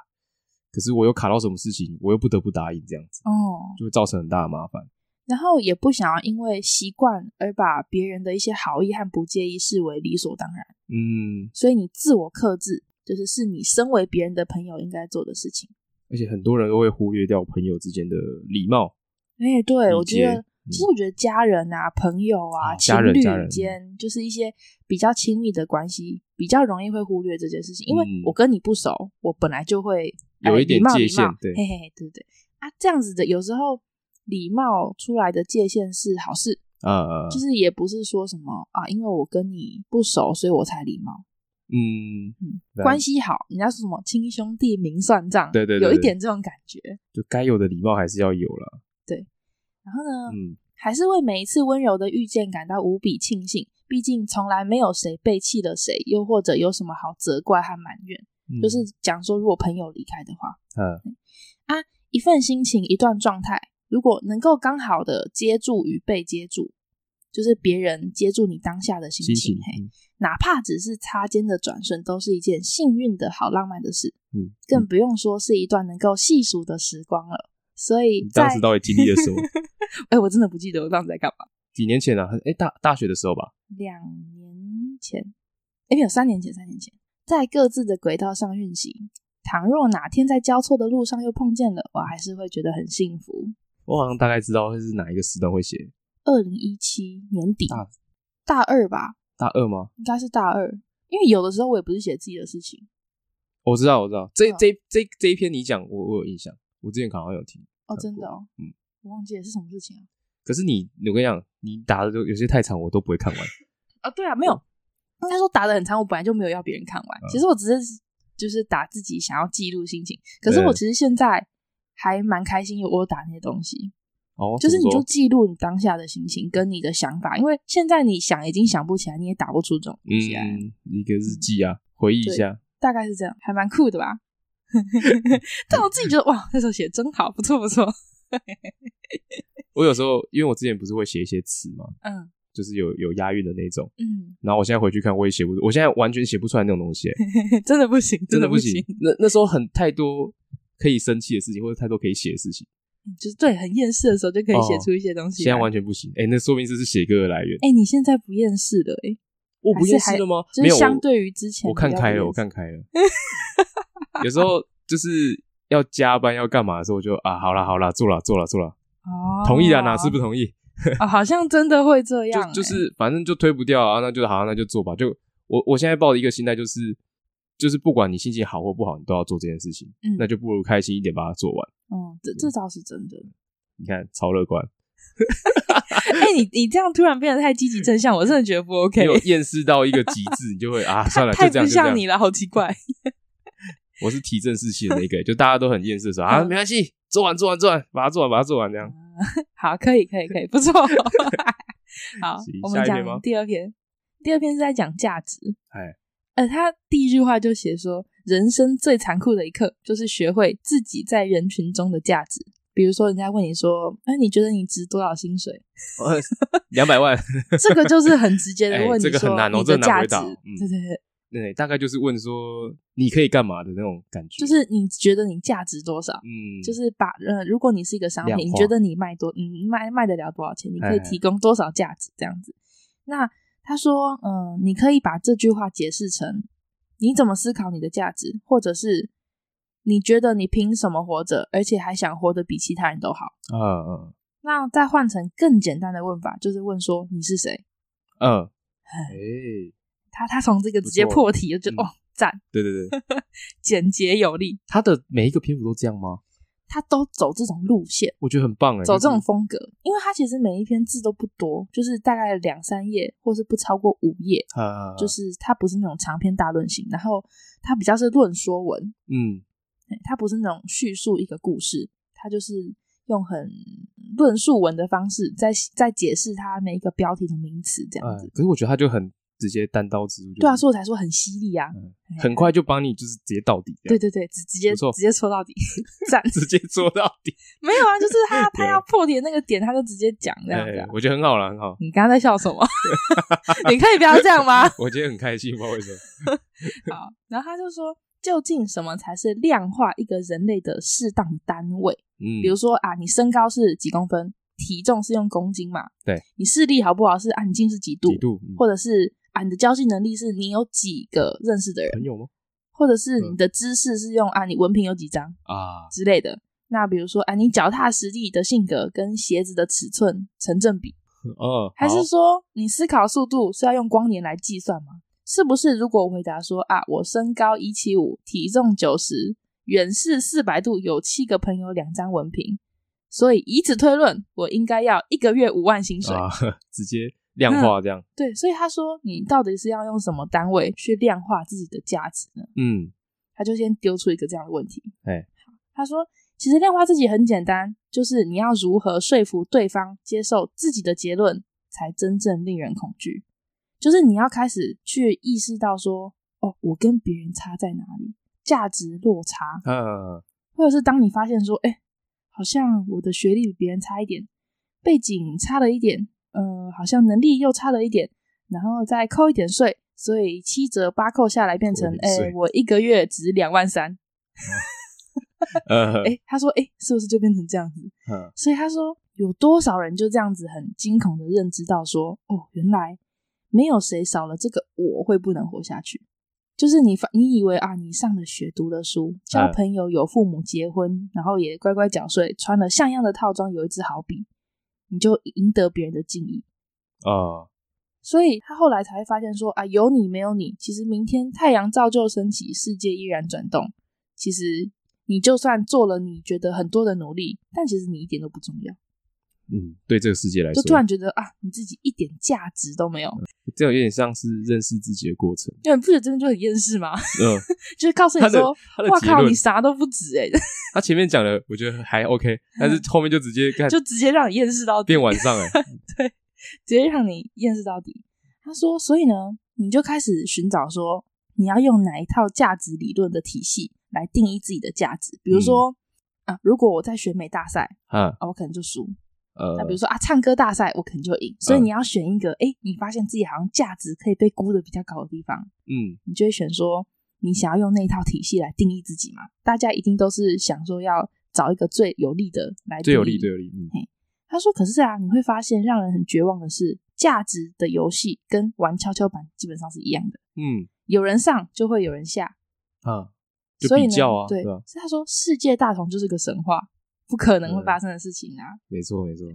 Speaker 1: 可是我又卡到什么事情，我又不得不答应，这样子
Speaker 2: 哦，
Speaker 1: 就会造成很大的麻烦。
Speaker 2: 然后也不想要因为习惯而把别人的一些好意和不介意视为理所当然，
Speaker 1: 嗯，
Speaker 2: 所以你自我克制，就是是你身为别人的朋友应该做的事情。
Speaker 1: 而且很多人都会忽略掉朋友之间的礼貌。
Speaker 2: 哎，对，
Speaker 1: 理
Speaker 2: 我觉
Speaker 1: 解
Speaker 2: 得，
Speaker 1: 嗯
Speaker 2: 其实我觉得家人啊、朋友啊、
Speaker 1: 啊
Speaker 2: 情
Speaker 1: 家人
Speaker 2: 侣
Speaker 1: 家人
Speaker 2: 间，就是一些比较亲密的关系，比较容易会忽略这件事情。因为
Speaker 1: 嗯
Speaker 2: 我跟你不熟，我本来就会哎
Speaker 1: 有一点
Speaker 2: 礼貌
Speaker 1: 界
Speaker 2: 礼貌
Speaker 1: 限对
Speaker 2: 嘿嘿嘿，对对啊，这样子的，有时候礼貌出来的界限是好事，
Speaker 1: 呃，
Speaker 2: 就是也不是说什么啊，因为我跟你不熟，所以我才礼貌。
Speaker 1: 嗯，
Speaker 2: 嗯，
Speaker 1: 对啊
Speaker 2: 关系好，人家说什么亲兄弟明算账，
Speaker 1: 对对对
Speaker 2: 有一
Speaker 1: 对
Speaker 2: 点这种感觉。
Speaker 1: 就该有的礼貌还是要有啦。
Speaker 2: 然后呢，
Speaker 1: 嗯，
Speaker 2: 还是为每一次温柔的遇见感到无比庆幸。毕竟从来没有谁背弃了谁，又或者有什么好责怪和埋怨。
Speaker 1: 嗯
Speaker 2: 就是讲说，如果朋友离开的话，
Speaker 1: 嗯
Speaker 2: 一份心情，一段状态，如果能够刚好的接住与被接住，就是别人接住你当下的心
Speaker 1: 心
Speaker 2: 情，
Speaker 1: 情，
Speaker 2: 嘿，
Speaker 1: 嗯
Speaker 2: 哪怕只是擦肩的转瞬，都是一件幸运的好浪漫的事，
Speaker 1: 嗯，
Speaker 2: 更不用说是一段能够细数的时光了。所以
Speaker 1: 你
Speaker 2: 在
Speaker 1: 当时到底经历了什 么？
Speaker 2: 哎、我真的不记得我当时在干嘛。
Speaker 1: 几年前啊，哎、大大学的时候吧，
Speaker 2: 两年前，哎、没有，三年前，三年前，在各自的轨道上运行。倘若哪天在交错的路上又碰见了，我还是会觉得很幸福。
Speaker 1: 我好像大概知道会是哪一个时段会写
Speaker 2: 二零一七年底，
Speaker 1: 大
Speaker 2: 大二吧，
Speaker 1: 大二吗？
Speaker 2: 应该是大二，因为有的时候我也不是写自己的事情。
Speaker 1: 我知道，我知道，这
Speaker 2: 嗯
Speaker 1: 这这这一篇你讲，我我有印象，我之前好像有听。
Speaker 2: 哦，
Speaker 1: 看
Speaker 2: 真的
Speaker 1: 过
Speaker 2: 哦，
Speaker 1: 嗯，
Speaker 2: 我忘记了是什么事情了、啊
Speaker 1: 可是你，我跟你讲，你打的就有些太长，我都不会看完。
Speaker 2: 啊。对啊，没有，应该说打的很长，我本来就没有要别人看完。
Speaker 1: 嗯
Speaker 2: 其实我只是就是打自己想要记录心情，可是我
Speaker 1: 对
Speaker 2: 其实现在还蛮开心，有我有打那些东西，
Speaker 1: 哦，
Speaker 2: 就是
Speaker 1: 怎
Speaker 2: 你
Speaker 1: 么说
Speaker 2: 就记录你当下的心情跟你的想法，因为现在你想已经想不起来，你也打不出这种东西来。
Speaker 1: 嗯，一个日记啊，回忆一下。
Speaker 2: 大概是这样，还蛮酷的吧。 但我自己觉得哇，那时候写得真好，不错不错。
Speaker 1: 我有时候因为我之前不是会写一些词嘛，
Speaker 2: 嗯
Speaker 1: 就是有有押韵的那种，
Speaker 2: 嗯，
Speaker 1: 然后我现在回去看，我也写不，我现在完全写不出来那种东西、
Speaker 2: 真的不行，
Speaker 1: 真
Speaker 2: 的
Speaker 1: 的
Speaker 2: 不
Speaker 1: 不行。那那时候很太多可以生气的事情，或者太多可以写的事情，
Speaker 2: 就是对很厌世的时候就可以写
Speaker 1: 哦
Speaker 2: 出一些东西来。
Speaker 1: 现在完全不行。哎、那说明这是写歌的来源。
Speaker 2: 哎、你现在不厌世了哎、
Speaker 1: 我不厌世了吗？
Speaker 2: 就
Speaker 1: 没
Speaker 2: 是
Speaker 1: 有，我
Speaker 2: 相对于之前
Speaker 1: 我看开
Speaker 2: 比较不厌
Speaker 1: 了，
Speaker 2: 世
Speaker 1: 我看开了。有时候就是要加班要干嘛的时候，我就啊，好啦好啦，做啦做啦做啦，
Speaker 2: 哦，
Speaker 1: 同意啊，哪次不同意？
Speaker 2: 哦，好像真的会这样、欸
Speaker 1: 就就是反正就推不掉啊，那就好，那就做吧。就我我现在抱的一个心态就是，就是不管你心情好或不好，你都要做这件事情，
Speaker 2: 嗯
Speaker 1: 那就不如开心一点把它做完。
Speaker 2: 哎嗯，这这倒是真的。
Speaker 1: 你看超乐观，
Speaker 2: 哎、你你这样突然变得太积极正向，我真的觉得不 OK，
Speaker 1: 没有厌世到一个极致，你就会啊， 算了，就
Speaker 2: 太
Speaker 1: 这
Speaker 2: 不
Speaker 1: 样就这
Speaker 2: 像你
Speaker 1: 样。
Speaker 2: 了，好奇怪。
Speaker 1: 我是提振士气的那个，就大家都很厌世的时候啊，
Speaker 2: 嗯
Speaker 1: 没关系，做完做完做完，把它做完把它做完这样。
Speaker 2: 好，可以可以可以，不错。 好
Speaker 1: 行，
Speaker 2: 我
Speaker 1: 下
Speaker 2: 们
Speaker 1: 一篇吗
Speaker 2: 讲第二篇，第二篇是在讲价值。
Speaker 1: 哎，
Speaker 2: 呃，他第一句话就写说，人生最残酷的一刻就是学会自己在人群中的价值。比如说，人家问你说：“哎、你觉得你值多少薪水嗯
Speaker 1: 两百万，？”
Speaker 2: 这个就是很直接的
Speaker 1: 哎
Speaker 2: 问你说、
Speaker 1: 这个很难哦
Speaker 2: 你的
Speaker 1: 这个难
Speaker 2: 价
Speaker 1: 回
Speaker 2: 值。
Speaker 1: 答嗯
Speaker 2: 对对对，
Speaker 1: 对，大概就是问说你可以干嘛的那种感觉，
Speaker 2: 就是你觉得你价值多少？
Speaker 1: 嗯，
Speaker 2: 就是把呃，如果你是一个商
Speaker 1: 量
Speaker 2: 品，你
Speaker 1: 化
Speaker 2: 觉得你卖多，嗯，卖卖得了多少钱，你可
Speaker 1: 哎
Speaker 2: 以
Speaker 1: 哎
Speaker 2: 提供多少价值这样子。那他说，嗯、你可以把这句话解释成你怎么思考你的价值，或者是你觉得你凭什么活着，而且还想活得比其他人都好。
Speaker 1: 嗯嗯
Speaker 2: 那再换成更简单的问法，就是问说你是谁？
Speaker 1: 嗯，
Speaker 2: 哎
Speaker 1: 哎，
Speaker 2: 他他从这个直接
Speaker 1: 不错
Speaker 2: 破题，就觉得
Speaker 1: 嗯
Speaker 2: 哦，赞，
Speaker 1: 对对对，
Speaker 2: 简洁有力。
Speaker 1: 他的每一个篇幅都这样吗？
Speaker 2: 他都走这种路线，
Speaker 1: 我觉得很棒哎，
Speaker 2: 走这种
Speaker 1: 就是
Speaker 2: 风格，因为它其实每一篇字都不多，就是大概两三页，或是不超过五页，
Speaker 1: 啊，
Speaker 2: 就是它不是那种长篇大论型，然后它比较是论说文，
Speaker 1: 嗯，
Speaker 2: 哎它不是那种叙述一个故事，它就是用很论述文的方式在在解释它每一个标题的名词这样
Speaker 1: 哎
Speaker 2: 子。
Speaker 1: 可是我觉得他就很直接单刀直入，就是
Speaker 2: 对啊，所以我才说很犀利啊，
Speaker 1: 嗯
Speaker 2: 哎
Speaker 1: 很，快就帮你就是直接到底，
Speaker 2: 对，对对，直直接
Speaker 1: 不错
Speaker 2: 直接戳到底， 赞。
Speaker 1: 直接做到底，
Speaker 2: 没有啊，就是他 他
Speaker 1: 对
Speaker 2: 要破题的那个点，他就直接讲这样子啊
Speaker 1: 哎，。我觉得很好了，很好，
Speaker 2: 你刚刚在笑 什么？你可以不要这样吗？
Speaker 1: 我觉得很开心，不知道为什么，
Speaker 2: 好，然后他就说，究竟什么才是量化一个人类的适当单位？
Speaker 1: 嗯，
Speaker 2: 比如说啊，你身高是几公分，体重是用公斤嘛？
Speaker 1: 对，
Speaker 2: 你视力好不好是啊，你近视几度，
Speaker 1: 几度，嗯
Speaker 2: 或者是啊，你的交际能力是你有几个认识的人，
Speaker 1: 朋友吗？
Speaker 2: 或者是
Speaker 1: 嗯
Speaker 2: 你的知识是用啊，你文凭有几张
Speaker 1: 啊，
Speaker 2: 之类的。那比如说啊，你脚踏实地的性格跟鞋子的尺寸成正比，
Speaker 1: 哦，
Speaker 2: 还
Speaker 1: 好
Speaker 2: 是说你思考速度是要用光年来计算吗？是不是如果我回答说啊，我身高一七五，体重九十，远视四百度，有七个朋友，两张文凭，所以以此推论，我应该要一个月五万薪水。
Speaker 1: 啊， 直接量化这样，
Speaker 2: 对，所以他说你到底是要用什么单位去量化自己的价值呢？
Speaker 1: 嗯，
Speaker 2: 他就先丢出一个这样的问题。
Speaker 1: 哎
Speaker 2: 他说其实量化自己很简单，就是你要如何说服对方接受自己的结论，才真正令人恐惧。就是你要开始去意识到说，哦，我跟别人差在哪里，价值落差，
Speaker 1: 嗯，
Speaker 2: 或者是当你发现说，哎，好像我的学历比别人差一点，背景差了一点，呃，好像能力又差了一点，然后再扣一点税，所以七折八扣下来变成
Speaker 1: 扣一，点税
Speaker 2: 哎，我一个月值两万三。
Speaker 1: 呃，
Speaker 2: 哎，他说，哎，是不是就变成这样子？
Speaker 1: 嗯
Speaker 2: 所以他说，有多少人就这样子很惊恐的认知到说，哦，原来没有谁少了这个我会不能活下去。就是你发，你以为啊，你上了学，读了书，交
Speaker 1: 嗯
Speaker 2: 朋友，有父母，结婚，然后也乖乖缴税，穿了像样的套装，有一支好笔，你就赢得别人的敬意。
Speaker 1: 啊，
Speaker 2: 所以他后来才会发现说啊，有你没有你，其实明天太阳照旧升起，世界依然转动。其实你就算做了你觉得很多的努力，但其实你一点都不重要。
Speaker 1: 嗯，对这个世界来
Speaker 2: 就
Speaker 1: 说，
Speaker 2: 突然觉得啊，你自己一点价值都没有，
Speaker 1: 这种有点像是认识自己的过程。
Speaker 2: 因为你不觉得真的就很厌世吗？
Speaker 1: 嗯，
Speaker 2: 就是告诉你
Speaker 1: 他的
Speaker 2: 说，
Speaker 1: 他的
Speaker 2: 哇
Speaker 1: 结
Speaker 2: 靠，
Speaker 1: 论
Speaker 2: 你啥都不 值哎、
Speaker 1: 他前面讲的我觉得还 OK，但是后面就直接看
Speaker 2: 嗯就直接让你厌世到底，
Speaker 1: 变晚上 哎，
Speaker 2: 直接让你厌世到底。他说，所以呢，你就开始寻找说，你要用哪一套价值理论的体系来定义自己的价值，比如
Speaker 1: 嗯
Speaker 2: 说。啊，如果我在选美大赛，
Speaker 1: 啊
Speaker 2: 啊，我可能就输。
Speaker 1: 呃
Speaker 2: 那比如说啊，唱歌大赛，我可能就赢。所以
Speaker 1: 嗯
Speaker 2: 你要选一个，哎、你发现自己好像价值可以被估的比较高的地方，
Speaker 1: 嗯
Speaker 2: 你就会选说你想要用那一套体系来定义自己嘛？大家一定都是想说要找一个最有利的来
Speaker 1: 最有利
Speaker 2: 定义
Speaker 1: 最有利，嗯
Speaker 2: 他说：“可是啊，你会发现让人很绝望的是，价值的游戏跟玩跷跷板基本上是一样的，
Speaker 1: 嗯
Speaker 2: 有人上就会有人下，
Speaker 1: 啊，就
Speaker 2: 所以
Speaker 1: 比
Speaker 2: 呢，
Speaker 1: 较啊，
Speaker 2: 对，
Speaker 1: 对吧？
Speaker 2: 所以他说世界大同就是个神话，不可能会发生的事情啊。
Speaker 1: 没错没错，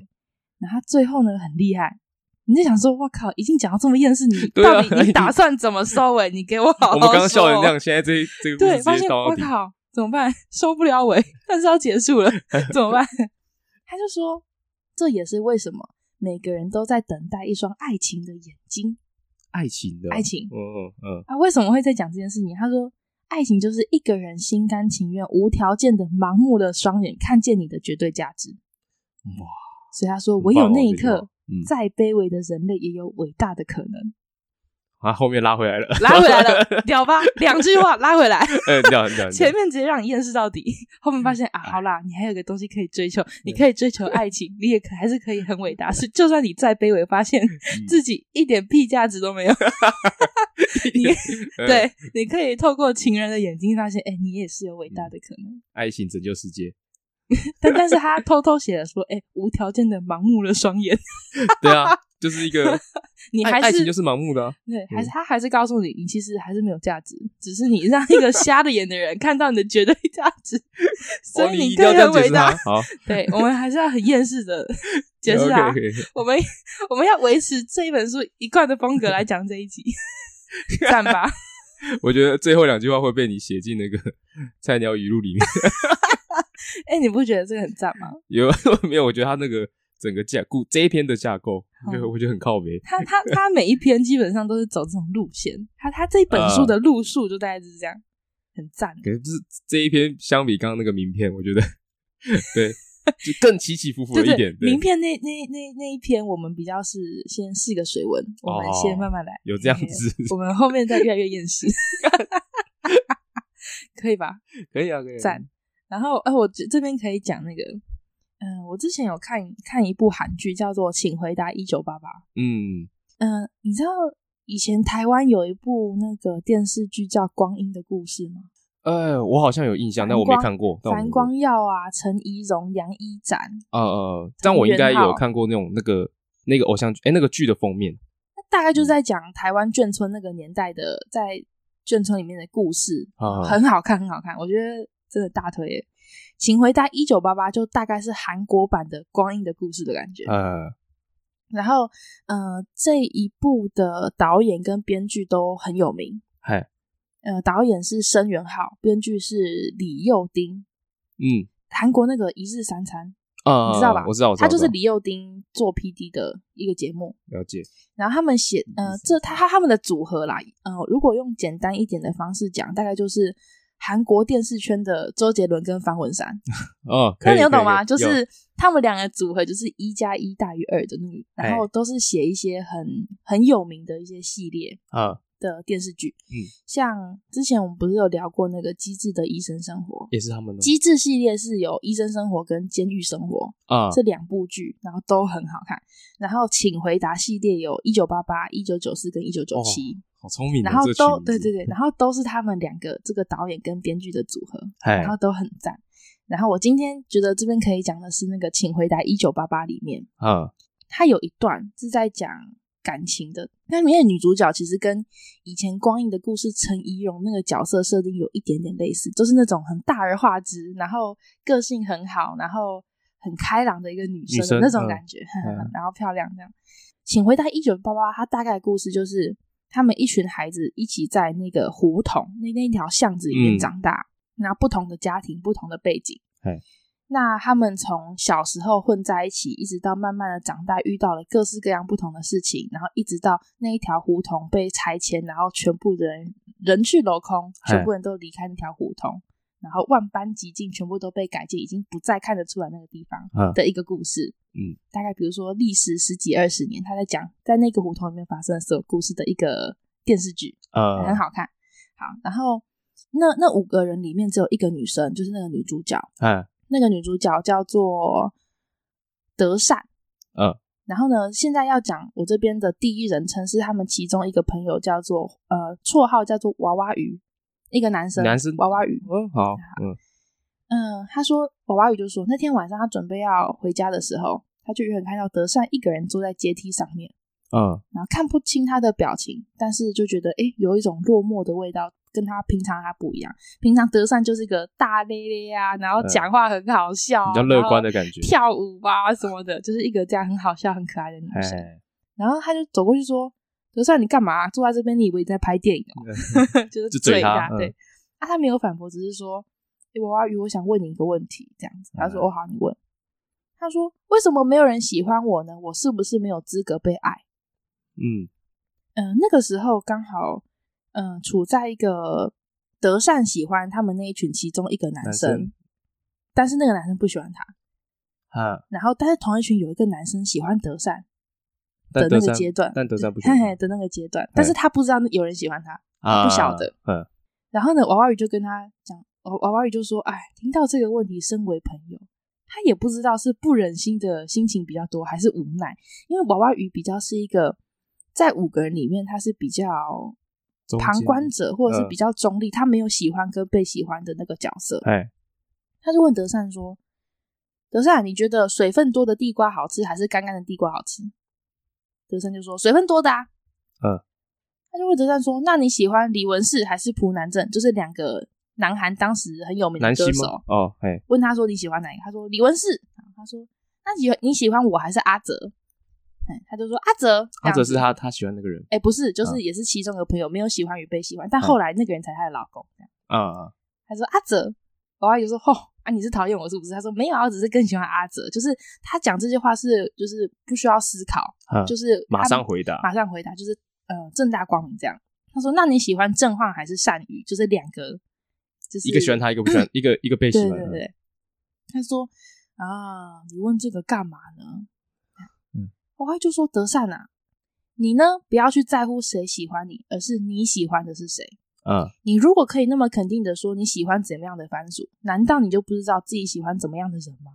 Speaker 2: 然后他最后呢很厉害。”你就想说，我靠，已经讲到这么厌世，你
Speaker 1: 对啊
Speaker 2: 到底你打算怎么收尾？你给我好好
Speaker 1: 我们刚刚笑
Speaker 2: 说
Speaker 1: 成这样，现在这一这个故
Speaker 2: 对，
Speaker 1: 事
Speaker 2: 发
Speaker 1: 直接
Speaker 2: 现
Speaker 1: 到
Speaker 2: 我
Speaker 1: 底，
Speaker 2: 靠，怎么办？ 收不了尾，但是要结 束了，怎么办？ 他就说，这也是为什么每个人都在等待一双爱情的眼睛
Speaker 1: 爱情的
Speaker 2: 爱情
Speaker 1: 嗯嗯
Speaker 2: 啊。为什么会在讲这件事情？他说，爱情就是一个人心甘情愿、无条件的、盲目的双眼看见你的绝对价值。
Speaker 1: 嗯，哇，
Speaker 2: 所以他说，
Speaker 1: 很
Speaker 2: 唯有
Speaker 1: 棒哦
Speaker 2: 那一
Speaker 1: 这句话
Speaker 2: 刻，
Speaker 1: 嗯，
Speaker 2: 再卑微的人类也有伟大的可能。
Speaker 1: 啊，后面拉回来了，
Speaker 2: 拉回来了，屌吧？两句话拉回来。
Speaker 1: 哎，这样这样，这样
Speaker 2: 前面直接让你厌世到底， 后面发现
Speaker 1: 嗯
Speaker 2: 啊，好啦，你还有个东西可以追求，你可以追求爱情，你也可还是可以很伟大。 是，就算你再卑微，发现
Speaker 1: 嗯
Speaker 2: 自己一点屁价值都没有，你
Speaker 1: 呃
Speaker 2: 对，你可以透过情人的眼睛发现，哎、你也是有伟大
Speaker 1: 嗯
Speaker 2: 的可能。
Speaker 1: 爱情拯救世界，
Speaker 2: 但 但是他偷偷写了说，哎、无条件的盲目了 双眼，
Speaker 1: 对啊，就是一个
Speaker 2: 你
Speaker 1: 爱
Speaker 2: 还
Speaker 1: 爱
Speaker 2: 是
Speaker 1: 情就是盲目的啊，
Speaker 2: 对，还是他还是告诉你，你其实还是没有价值，只是你让一个瞎了眼的人看到你的绝对价 值，所
Speaker 1: 哦
Speaker 2: 以
Speaker 1: 你一定
Speaker 2: 可
Speaker 1: 要
Speaker 2: 以
Speaker 1: 这样
Speaker 2: 很
Speaker 1: 解
Speaker 2: 伟
Speaker 1: 释它
Speaker 2: 大。
Speaker 1: 好，
Speaker 2: 对，我们还是要很厌世 的 解释啊
Speaker 1: OK，OK，
Speaker 2: 我们 我们要维持这一本书一贯的风格来讲这一 集，赞吧？
Speaker 1: 我觉得最后两句话会被你写进那个菜鸟语录里面。
Speaker 2: 哎、你不觉得这个很赞吗？
Speaker 1: 有 没有？我觉得他那个整个架故这一篇的架构，我觉得
Speaker 2: 嗯
Speaker 1: 我觉得很靠北。
Speaker 2: 他他他每一篇基本上都是走这种路线，他他这本
Speaker 1: 嗯
Speaker 2: 书的路数就大概就是这样，很赞。
Speaker 1: 可是这这一篇相比刚刚那个名片，我觉得 对，就更起起伏伏 了
Speaker 2: 对
Speaker 1: 一点
Speaker 2: 对。，
Speaker 1: 对
Speaker 2: 名片那那那那一篇，我们比较是先试个水温，我们先慢慢来，
Speaker 1: 哦有这样
Speaker 2: 嘿
Speaker 1: 子，
Speaker 2: 我们后面再越来越厌 世，可以吧？
Speaker 1: 可以啊，可以啊。
Speaker 2: 赞然后，哎、我这这边可以讲那个，嗯、我之前有看看一部韩剧，叫做《请回答一九八八》。
Speaker 1: 嗯，
Speaker 2: 嗯，你知道以前台湾有一部那个电视剧叫《光阴的故事》吗？
Speaker 1: 呃，我好像有印象，但我没
Speaker 2: 樊光
Speaker 1: 看过。但我没
Speaker 2: 樊
Speaker 1: 看过
Speaker 2: 光耀啊，陈怡蓉、杨一展，
Speaker 1: 呃呃，但我应该
Speaker 2: 陈元
Speaker 1: 有
Speaker 2: 昊
Speaker 1: 看过那种那个那个偶像剧，哎，那个剧的封面。
Speaker 2: 那大概就在讲台湾眷村那个年代的在眷村里面的故事，
Speaker 1: 啊
Speaker 2: 很好看，很好看，我觉得真的大推耶。请回答一九八八，就大概是韩国版的《光阴的故事》的感觉。
Speaker 1: 呃，
Speaker 2: 然后，呃，这一部的导演跟编剧都很有名。
Speaker 1: 嗨，
Speaker 2: 呃，导演是申元浩，编剧是李幼丁。
Speaker 1: 嗯，
Speaker 2: 韩国那个《一日三餐
Speaker 1: 呃，
Speaker 2: 你知道吧
Speaker 1: 我知道，我》，知道，
Speaker 2: 他就是
Speaker 1: 我知道
Speaker 2: 李幼丁做 PD 的一个节目。
Speaker 1: 了解。
Speaker 2: 然后他们写，呃，这他他他们的组合啦，呃，如果用简单一点的方式讲，大概就是韩国电视圈的周杰伦跟方文山，
Speaker 1: 哦，可
Speaker 2: 那
Speaker 1: 以
Speaker 2: 你有懂
Speaker 1: 可以
Speaker 2: 吗？
Speaker 1: 有
Speaker 2: 就是他们两个组合，就是一加一大于二的那个，
Speaker 1: 哎
Speaker 2: 然后都是写一些很很有名的一些系列
Speaker 1: 啊，
Speaker 2: 的电视剧。
Speaker 1: 嗯，
Speaker 2: 像之前我们不是有聊过那个《机智的医生生活》，
Speaker 1: 也是他们
Speaker 2: 《
Speaker 1: 的
Speaker 2: 机智》系列是有《医生生活》跟《监狱生活
Speaker 1: 啊》
Speaker 2: 这两部剧，然后都很好看。然后《请回答》系列有一九八八、一九九四跟一九九七，
Speaker 1: 好聪明哦，
Speaker 2: 然后
Speaker 1: 这取
Speaker 2: 都
Speaker 1: 名
Speaker 2: 对
Speaker 1: 字
Speaker 2: 对，对，然后都是他们两个这个导演跟编剧的组合。
Speaker 1: 哎
Speaker 2: 然后都很赞。然后我今天觉得这边可以讲的是那个《请回答一九八八》里面，
Speaker 1: 啊
Speaker 2: 它有一段是在讲感情的。那里面的女主角其实跟以前光映的故事陈怡蓉那个角色设定有一点点类似，就是那种很大而化之，然后个性很好，然后很开朗的一个女生
Speaker 1: 女生
Speaker 2: 的那种
Speaker 1: 嗯
Speaker 2: 感觉，
Speaker 1: 嗯
Speaker 2: 然后漂亮这样。请回答一九八八，它大概的故事就是他们一群孩子一起在那个胡同那那一条巷子里面
Speaker 1: 嗯
Speaker 2: 长大，那不同的家庭、不同的背景
Speaker 1: 嘿，
Speaker 2: 那他们从小时候混在一起，一直到慢慢的长大，遇到了各式各样不同的事情，然后一直到那一条胡同被拆迁，然后全部人人去楼空，
Speaker 1: 嘿
Speaker 2: 全部人都离开那条胡同。然后万般极尽，全部都被改建，已经不再看得出来那个地方
Speaker 1: 嗯
Speaker 2: 的一个故事。
Speaker 1: 嗯，
Speaker 2: 大概比如说历时十几二十年，他在讲在那个胡同里面发生的所有故事的一个电视剧，
Speaker 1: 呃
Speaker 2: 很好看。好，然后那那五个人里面只有一个女生，就是那个女主角。
Speaker 1: 哎
Speaker 2: 那个女主角叫做德善，
Speaker 1: 嗯，
Speaker 2: 然后呢，现在要讲我这边的第一人称是他们其中一个朋友叫做呃，绰号叫做娃娃鱼，一个男生，
Speaker 1: 男生
Speaker 2: 娃娃鱼，
Speaker 1: 嗯好嗯
Speaker 2: 嗯，他说娃娃鱼就说那天晚上他准备要回家的时候，他就远远看到德善一个人坐在阶梯上面，
Speaker 1: 嗯
Speaker 2: 然后看不清他的表情，但是就觉得诶有一种落寞的味道，跟他平常他不一样。平常德善就是一个大咧咧啊，然后
Speaker 1: 嗯
Speaker 2: 讲话很好笑、啊
Speaker 1: 比较乐观的感觉
Speaker 2: 跳舞啊什么的，就是一个这样很好笑、很可爱的女生。
Speaker 1: 哎
Speaker 2: 然后他就走过去说：“德善，你干嘛、啊坐在这边？你以为你在拍电影哦、 就是
Speaker 1: 就
Speaker 2: 嘴
Speaker 1: 嘴他
Speaker 2: 对，
Speaker 1: 嗯
Speaker 2: 啊，他没有反驳，只是说：“诶娃娃鱼，我想问你一个问题。”这样子，他说：“
Speaker 1: 嗯
Speaker 2: 哦，好，你问。”他说：“为什么没有人喜欢我呢？我是不是没有资格被爱？”
Speaker 1: 嗯
Speaker 2: 嗯，那个时候刚好，嗯、处在一个德善喜欢他们那一群其中一个男
Speaker 1: 男
Speaker 2: 生，
Speaker 1: 生
Speaker 2: 但是那个男生不喜欢他。
Speaker 1: 啊，
Speaker 2: 然后，但是同一群有一个男生喜欢德善
Speaker 1: 但
Speaker 2: 的
Speaker 1: 德
Speaker 2: 那个
Speaker 1: 善
Speaker 2: 阶段，
Speaker 1: 但德善不喜
Speaker 2: 嘿
Speaker 1: 欢
Speaker 2: 嘿的那个阶段，但是他不知道有人喜欢他。
Speaker 1: 啊
Speaker 2: 不晓得
Speaker 1: 嗯
Speaker 2: 然后呢，娃娃鱼就跟他讲，娃娃娃鱼就说：“哎，听到这个问题，身为朋友，他也不知道是不忍心的心情比较多，还是无奈，因为娃娃鱼比较是一个在五个人里面，他是比较
Speaker 1: 中间
Speaker 2: 旁观者或者是
Speaker 1: 嗯
Speaker 2: 比较中立，他没有喜欢跟被喜欢的那个角色。
Speaker 1: 哎
Speaker 2: 他就问德善说：‘德善，你觉得水分多的地瓜好吃，还是干干的地瓜好吃？’德善就说：‘水分多的啊。’
Speaker 1: 嗯，
Speaker 2: 他就问德善说：‘那你喜欢李文世还是蒲南正？就是两个南韩当时很有名的
Speaker 1: 南希
Speaker 2: 歌
Speaker 1: 吗
Speaker 2: 手。’
Speaker 1: 哦哎
Speaker 2: 问他说你喜欢哪一个？他说李文世。然后他说：‘那喜欢你喜欢我还是阿哲？’哎，他就说阿哲，这
Speaker 1: 阿
Speaker 2: 样
Speaker 1: 哲
Speaker 2: 子
Speaker 1: 是他他喜欢那个人
Speaker 2: 哎、不是，就
Speaker 1: 嗯
Speaker 2: 是也是其中一个朋友没有喜欢与被喜欢，但后来那个人才她的老公。这样，
Speaker 1: 啊啊
Speaker 2: 他说阿哲，我阿姨说吼、啊，你是讨厌我是不是？他说没有啊，我只是更喜欢阿哲。就是他讲这些话是就是不需要思考，
Speaker 1: 啊
Speaker 2: 就是
Speaker 1: 马上
Speaker 2: 他
Speaker 1: 回答
Speaker 2: 马上回答，就是呃正大光明这样。他说那你喜欢郑焕还是善宇？就是两个，就是
Speaker 1: 一个喜欢他一个不喜欢一个一个被喜
Speaker 2: 对
Speaker 1: 欢
Speaker 2: 对对
Speaker 1: 嗯
Speaker 2: 对，他说啊，你问这个干嘛呢？
Speaker 1: 嗯，
Speaker 2: 我还就说德善啊，你呢不要去在乎谁喜欢你，而是你喜欢的是谁。
Speaker 1: 啊
Speaker 2: 你如果可以那么肯定的说你喜欢怎么样的番薯，难道你就不知道自己喜欢怎么样的人吗？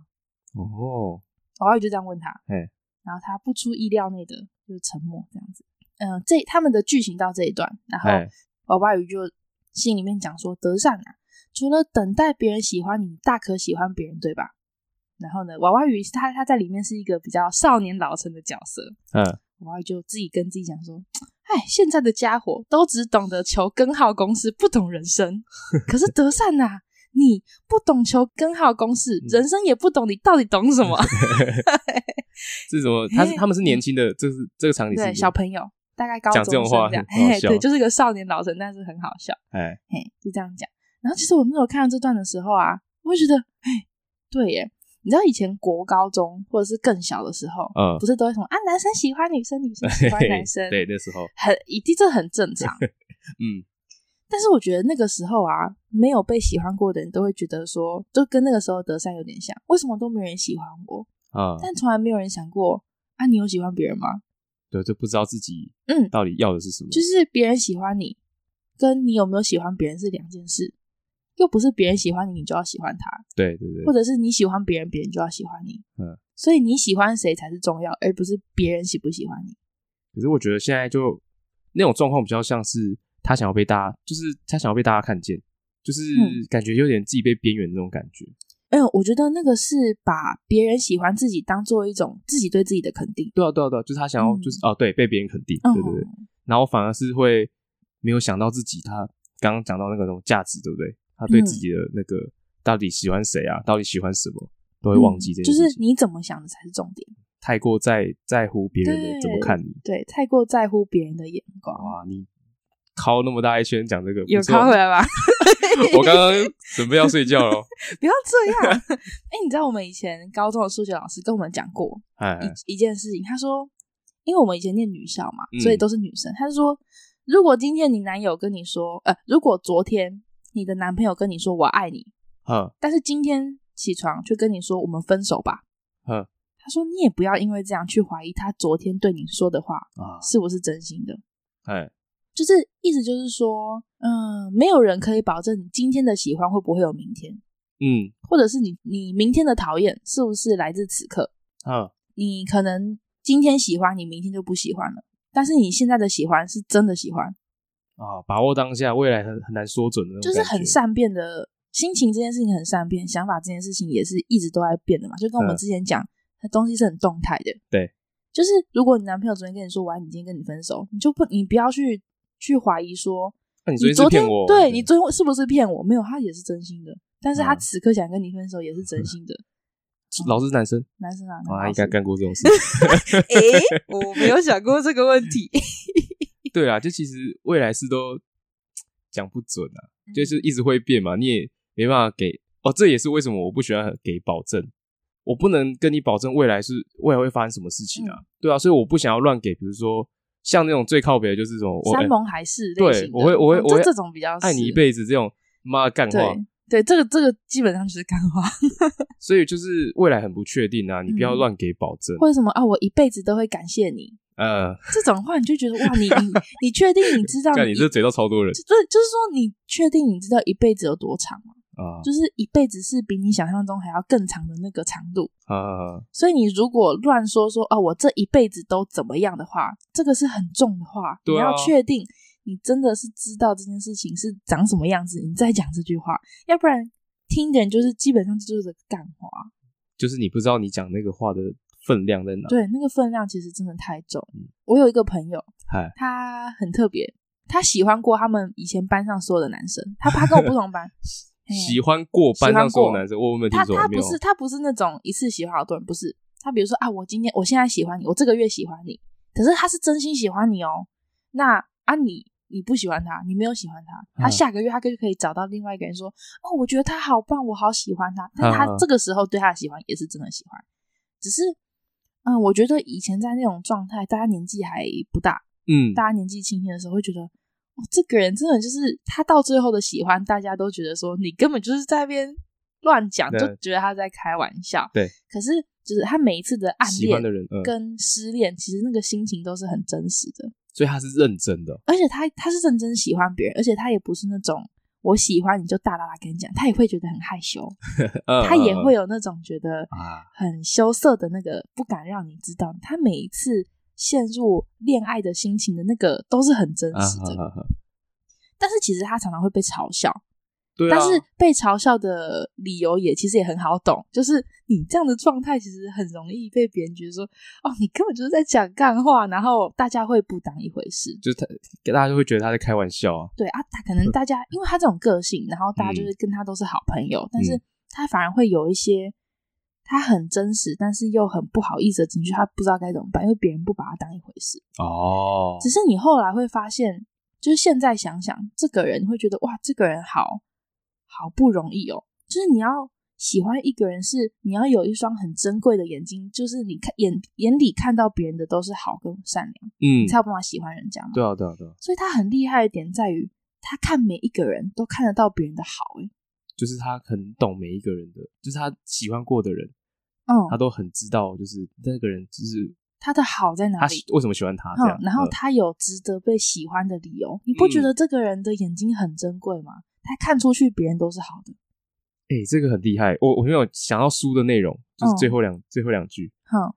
Speaker 1: 哦
Speaker 2: 老外就这样问他，
Speaker 1: 嘿
Speaker 2: 然后他不出意料内的就沉默这样子。嗯、这他们的剧情到这一段，然后
Speaker 1: 哎
Speaker 2: 娃娃鱼就心里面讲说：“德善啊，除了等待别人喜欢你，大可喜欢别人，对吧？”然后呢，娃娃鱼他他在里面是一个比较少年老成的角色，
Speaker 1: 嗯
Speaker 2: 娃娃鱼就自己跟自己讲说：“哎，现在的家伙都只懂得求根号公式，不懂人 生。可是德善呐、你不懂求根号公式，
Speaker 1: 嗯
Speaker 2: 人生也不懂，你到底懂什么？
Speaker 1: 是什么他是
Speaker 2: 嘿
Speaker 1: 他们是年轻的这是这个场景是
Speaker 2: 对，
Speaker 1: 一
Speaker 2: 小
Speaker 1: 样
Speaker 2: 朋友，大概高中
Speaker 1: 讲这种
Speaker 2: 生这
Speaker 1: 话
Speaker 2: 样，
Speaker 1: 很好
Speaker 2: 嘿，对，
Speaker 1: 笑
Speaker 2: 就是个少年老成，但是很好笑。”
Speaker 1: 哎
Speaker 2: 嘿，就这样讲。然后其实我那时候看到这段的时候啊，我会觉得，哎，对耶，你知道以前国高中或者是更小的时候，
Speaker 1: 嗯
Speaker 2: 不是都会什么啊，男生喜欢女生，女生喜欢男生，
Speaker 1: 对那时候
Speaker 2: 很一定这很正常。
Speaker 1: 嗯
Speaker 2: 但是我觉得那个时候啊，没有被喜欢过的人都会觉得说，就跟那个时候德善有点像，为什么都没人喜欢我？
Speaker 1: 啊，
Speaker 2: 但从来没有人想过，啊，你有喜欢别人吗？
Speaker 1: 对，就不知道自己
Speaker 2: 嗯
Speaker 1: 到底要的是什么，
Speaker 2: 就是别人喜欢你，跟你有没有喜欢别人是两件事，又不是别人喜欢你，你就要喜欢他，
Speaker 1: 对对对
Speaker 2: 或，者是你喜欢别人，别人就要喜欢你。
Speaker 1: 嗯，
Speaker 2: 所以你喜欢谁才是重要，而不是别人喜不喜欢你。
Speaker 1: 可是我觉得现在就那种状况比较像是他想要被大家，就是他想要被大家看见，就是
Speaker 2: 嗯
Speaker 1: 感觉有点自己被边缘那种感觉。
Speaker 2: 哎，我觉得那个是把别人喜欢自己当做一种自己对自己的肯定。
Speaker 1: 对啊，对啊，对啊，就是他想要
Speaker 2: 嗯
Speaker 1: 就是哦、对，被别人肯定，
Speaker 2: 嗯
Speaker 1: 对对对。然后反而是会没有想到自己他刚刚讲到那个那种价值，对不对？他对
Speaker 2: 嗯
Speaker 1: 自己的那个到底喜欢谁啊，到底喜欢什么，都会忘记这件
Speaker 2: 嗯就
Speaker 1: 事情。
Speaker 2: 是你怎么想的才是重点。
Speaker 1: 太过在在乎别人的怎么看你
Speaker 2: 对，太过在乎别人的眼光，
Speaker 1: 哇，你敲那么大一圈讲这个，
Speaker 2: 有
Speaker 1: 不错啊
Speaker 2: 靠回来吧？
Speaker 1: 我刚刚准备要睡觉了，哦
Speaker 2: 不要这样。哎，你知道我们以前高中的数学老师跟我们讲过
Speaker 1: 哎，
Speaker 2: 一一件事情，他说，因为我们以前念女校嘛
Speaker 1: 嗯，
Speaker 2: 所以都是女生。他就说，如果今天你男友跟你说，呃，如果昨天你的男朋友跟你说我爱你，
Speaker 1: 哼
Speaker 2: 但是今天起床就跟你说我们分手吧，
Speaker 1: 哼
Speaker 2: 他说你也不要因为这样去怀疑他昨天对你说的话
Speaker 1: 啊，
Speaker 2: 是不是真心的。
Speaker 1: 哎，
Speaker 2: 就是意思就是说，嗯，没有人可以保证你今天的喜欢会不会有明天，
Speaker 1: 嗯，
Speaker 2: 或者是你你明天的讨厌是不是来自此刻？
Speaker 1: 哼，
Speaker 2: 你可能今天喜欢，你明天就不喜欢了。但是你现在的喜欢是真的喜欢，
Speaker 1: 啊，把握当下，未来很很难说准的那种
Speaker 2: 就
Speaker 1: 感觉，
Speaker 2: 是很善变的心情这件事情很善变，想法这件事情也是一直都在变的嘛。就跟我们
Speaker 1: 嗯
Speaker 2: 之前讲，它东西是很动态的。
Speaker 1: 对，
Speaker 2: 就是如果你男朋友昨天跟你说我爱你，今天跟你分手，你就不你不要去去怀疑说
Speaker 1: 那你昨
Speaker 2: 你
Speaker 1: 天是
Speaker 2: 昨天
Speaker 1: 骗我，哦
Speaker 2: 对你昨天是不是骗我？没有，他也是真心的，但是他
Speaker 1: 嗯
Speaker 2: 此刻想跟你分手也是真心的。
Speaker 1: 老是男生
Speaker 2: 男生啊，
Speaker 1: 啊，
Speaker 2: 男
Speaker 1: 应该
Speaker 2: 生
Speaker 1: 干过这种事。情。
Speaker 2: 诶，哎我没有想过这个问 题，
Speaker 1: 对啊，就其实未来事都讲不准啊，
Speaker 2: 嗯
Speaker 1: 就是一直会变嘛，你也没办法给哦。这也是为什么我不喜欢给保证，我不能跟你保证未来是未来会发生什么事情
Speaker 2: 嗯
Speaker 1: 啊。对啊，所以我不想要乱给，比如说像那种最靠北的，就是什么我
Speaker 2: 山
Speaker 1: 哎
Speaker 2: 盟海誓类
Speaker 1: 对
Speaker 2: 型的。，
Speaker 1: 我会我会
Speaker 2: 嗯
Speaker 1: 我会
Speaker 2: 这这种比较
Speaker 1: 爱你
Speaker 2: 是
Speaker 1: 一辈子这种妈干话
Speaker 2: 对。对，这个这个基本上就是干话，
Speaker 1: 所以就是未来很不确定啊，你不要
Speaker 2: 嗯
Speaker 1: 乱给保证。
Speaker 2: 或者什么啊，我一辈子都会感谢你
Speaker 1: 呃，
Speaker 2: 这种话，你就觉得哇，你你你确定你知 道
Speaker 1: 干你这嘴到超多人
Speaker 2: 就就是就是说，你确定你知道一辈子有多长吗？
Speaker 1: 啊
Speaker 2: 就是一辈子是比你想象中还要更长的那个长度。
Speaker 1: 啊！
Speaker 2: 所以你如果乱说说哦，我这一辈子都怎么样的话，这个是很重的话，
Speaker 1: 对啊
Speaker 2: 你要确定你真的是知道这件事情是长什么样子，你再讲这句话，要不然听的人就是基本上就是干话，
Speaker 1: 就是你不知道你讲那个话的分量在哪。
Speaker 2: 对，那个分量其实真的太重。
Speaker 1: 嗯
Speaker 2: 我有一个朋友，
Speaker 1: 嗨，
Speaker 2: 他很特别，他喜欢过他们以前班上所有的男生，他他跟我不同 班，嘿
Speaker 1: 喜欢过班上所有男生，我有没有听
Speaker 2: 他
Speaker 1: 说？
Speaker 2: 他
Speaker 1: 没
Speaker 2: 不
Speaker 1: 有
Speaker 2: 是他不是那种一次喜欢好多人，不是他比如说啊，我今天我现在喜欢你，我这个月喜欢你，可是他是真心喜欢你哦。那啊你你不喜欢他，你没有喜欢他，他
Speaker 1: 嗯
Speaker 2: 下个月他就可以找到另外一个人说，哦，我觉得他好棒，我好喜欢他。但是他
Speaker 1: 嗯嗯
Speaker 2: 这个时候对他的喜欢也是真的喜欢，只是嗯，我觉得以前在那种状态，大家年纪还不大，
Speaker 1: 嗯，
Speaker 2: 大家年纪轻轻的时候会觉得。哦，这个人真的就是他到最后的喜欢，大家都觉得说你根本就是在那边乱讲，
Speaker 1: 对
Speaker 2: 就觉得他在开玩笑。
Speaker 1: 对，
Speaker 2: 可是就是他每一次的暗
Speaker 1: 喜欢的
Speaker 2: 恋
Speaker 1: 人，嗯，
Speaker 2: 跟失恋，其实那个心情都是很真实的，
Speaker 1: 所以他是认真的
Speaker 2: 而且他他是认真喜欢别人，而且他也不是那种我喜欢你就大大大跟你讲，他也会觉得很害羞，
Speaker 1: 嗯，
Speaker 2: 他也
Speaker 1: 嗯嗯
Speaker 2: 会有那种觉得
Speaker 1: 啊，
Speaker 2: 很羞涩的那个不敢让你知道，他每一次陷入恋爱的心情的那个都是很真
Speaker 1: 啊
Speaker 2: 实的。
Speaker 1: 啊啊啊
Speaker 2: 但是其实他常常会被嘲笑，
Speaker 1: 对啊，
Speaker 2: 但是被嘲笑的理由也其实也很好懂，就是你这样的状态其实很容易被别人觉得说，哦，你根本就是在讲干话，然后大家会不当一回事。
Speaker 1: 就是他，大家就会觉得他在开玩笑啊，
Speaker 2: 对啊，他可能大家因为他这种个性，然后大家
Speaker 1: 嗯
Speaker 2: 就是跟他都是好朋友，但是他反而会有一些他很真实，但是又很不好意思的情绪，他不知道该怎么办，因为别人不把他当一回事。
Speaker 1: 哦
Speaker 2: 只是你后来会发现，就是现在想想，这个人你会觉得哇，这个人好好不容易哦。就是你要喜欢一个人是，你要有一双很珍贵的眼睛，就是你看眼眼里看到别人的都是好跟善良，
Speaker 1: 嗯
Speaker 2: 你，才有办法喜欢人家嘛。
Speaker 1: 对啊，对啊，对啊，
Speaker 2: 所以他很厉害的点在于，他看每一个人都看得到别人的好、欸，
Speaker 1: 就是他很懂每一个人的，就是他喜欢过的人，
Speaker 2: 嗯
Speaker 1: 他，都很知道，就是那个人就是
Speaker 2: 他的好在哪
Speaker 1: 他
Speaker 2: 里
Speaker 1: 喜？为什么喜欢他这样
Speaker 2: 嗯，。然后
Speaker 1: 嗯
Speaker 2: 他有值得被喜欢的理由，你不觉
Speaker 1: 嗯
Speaker 2: 得这个人的眼睛很珍贵吗？他看出去别人都是好的，
Speaker 1: 哎、这个很厉害，我我没有想要书的内容，就是
Speaker 2: 嗯
Speaker 1: 最后两、最后两句，
Speaker 2: 哼、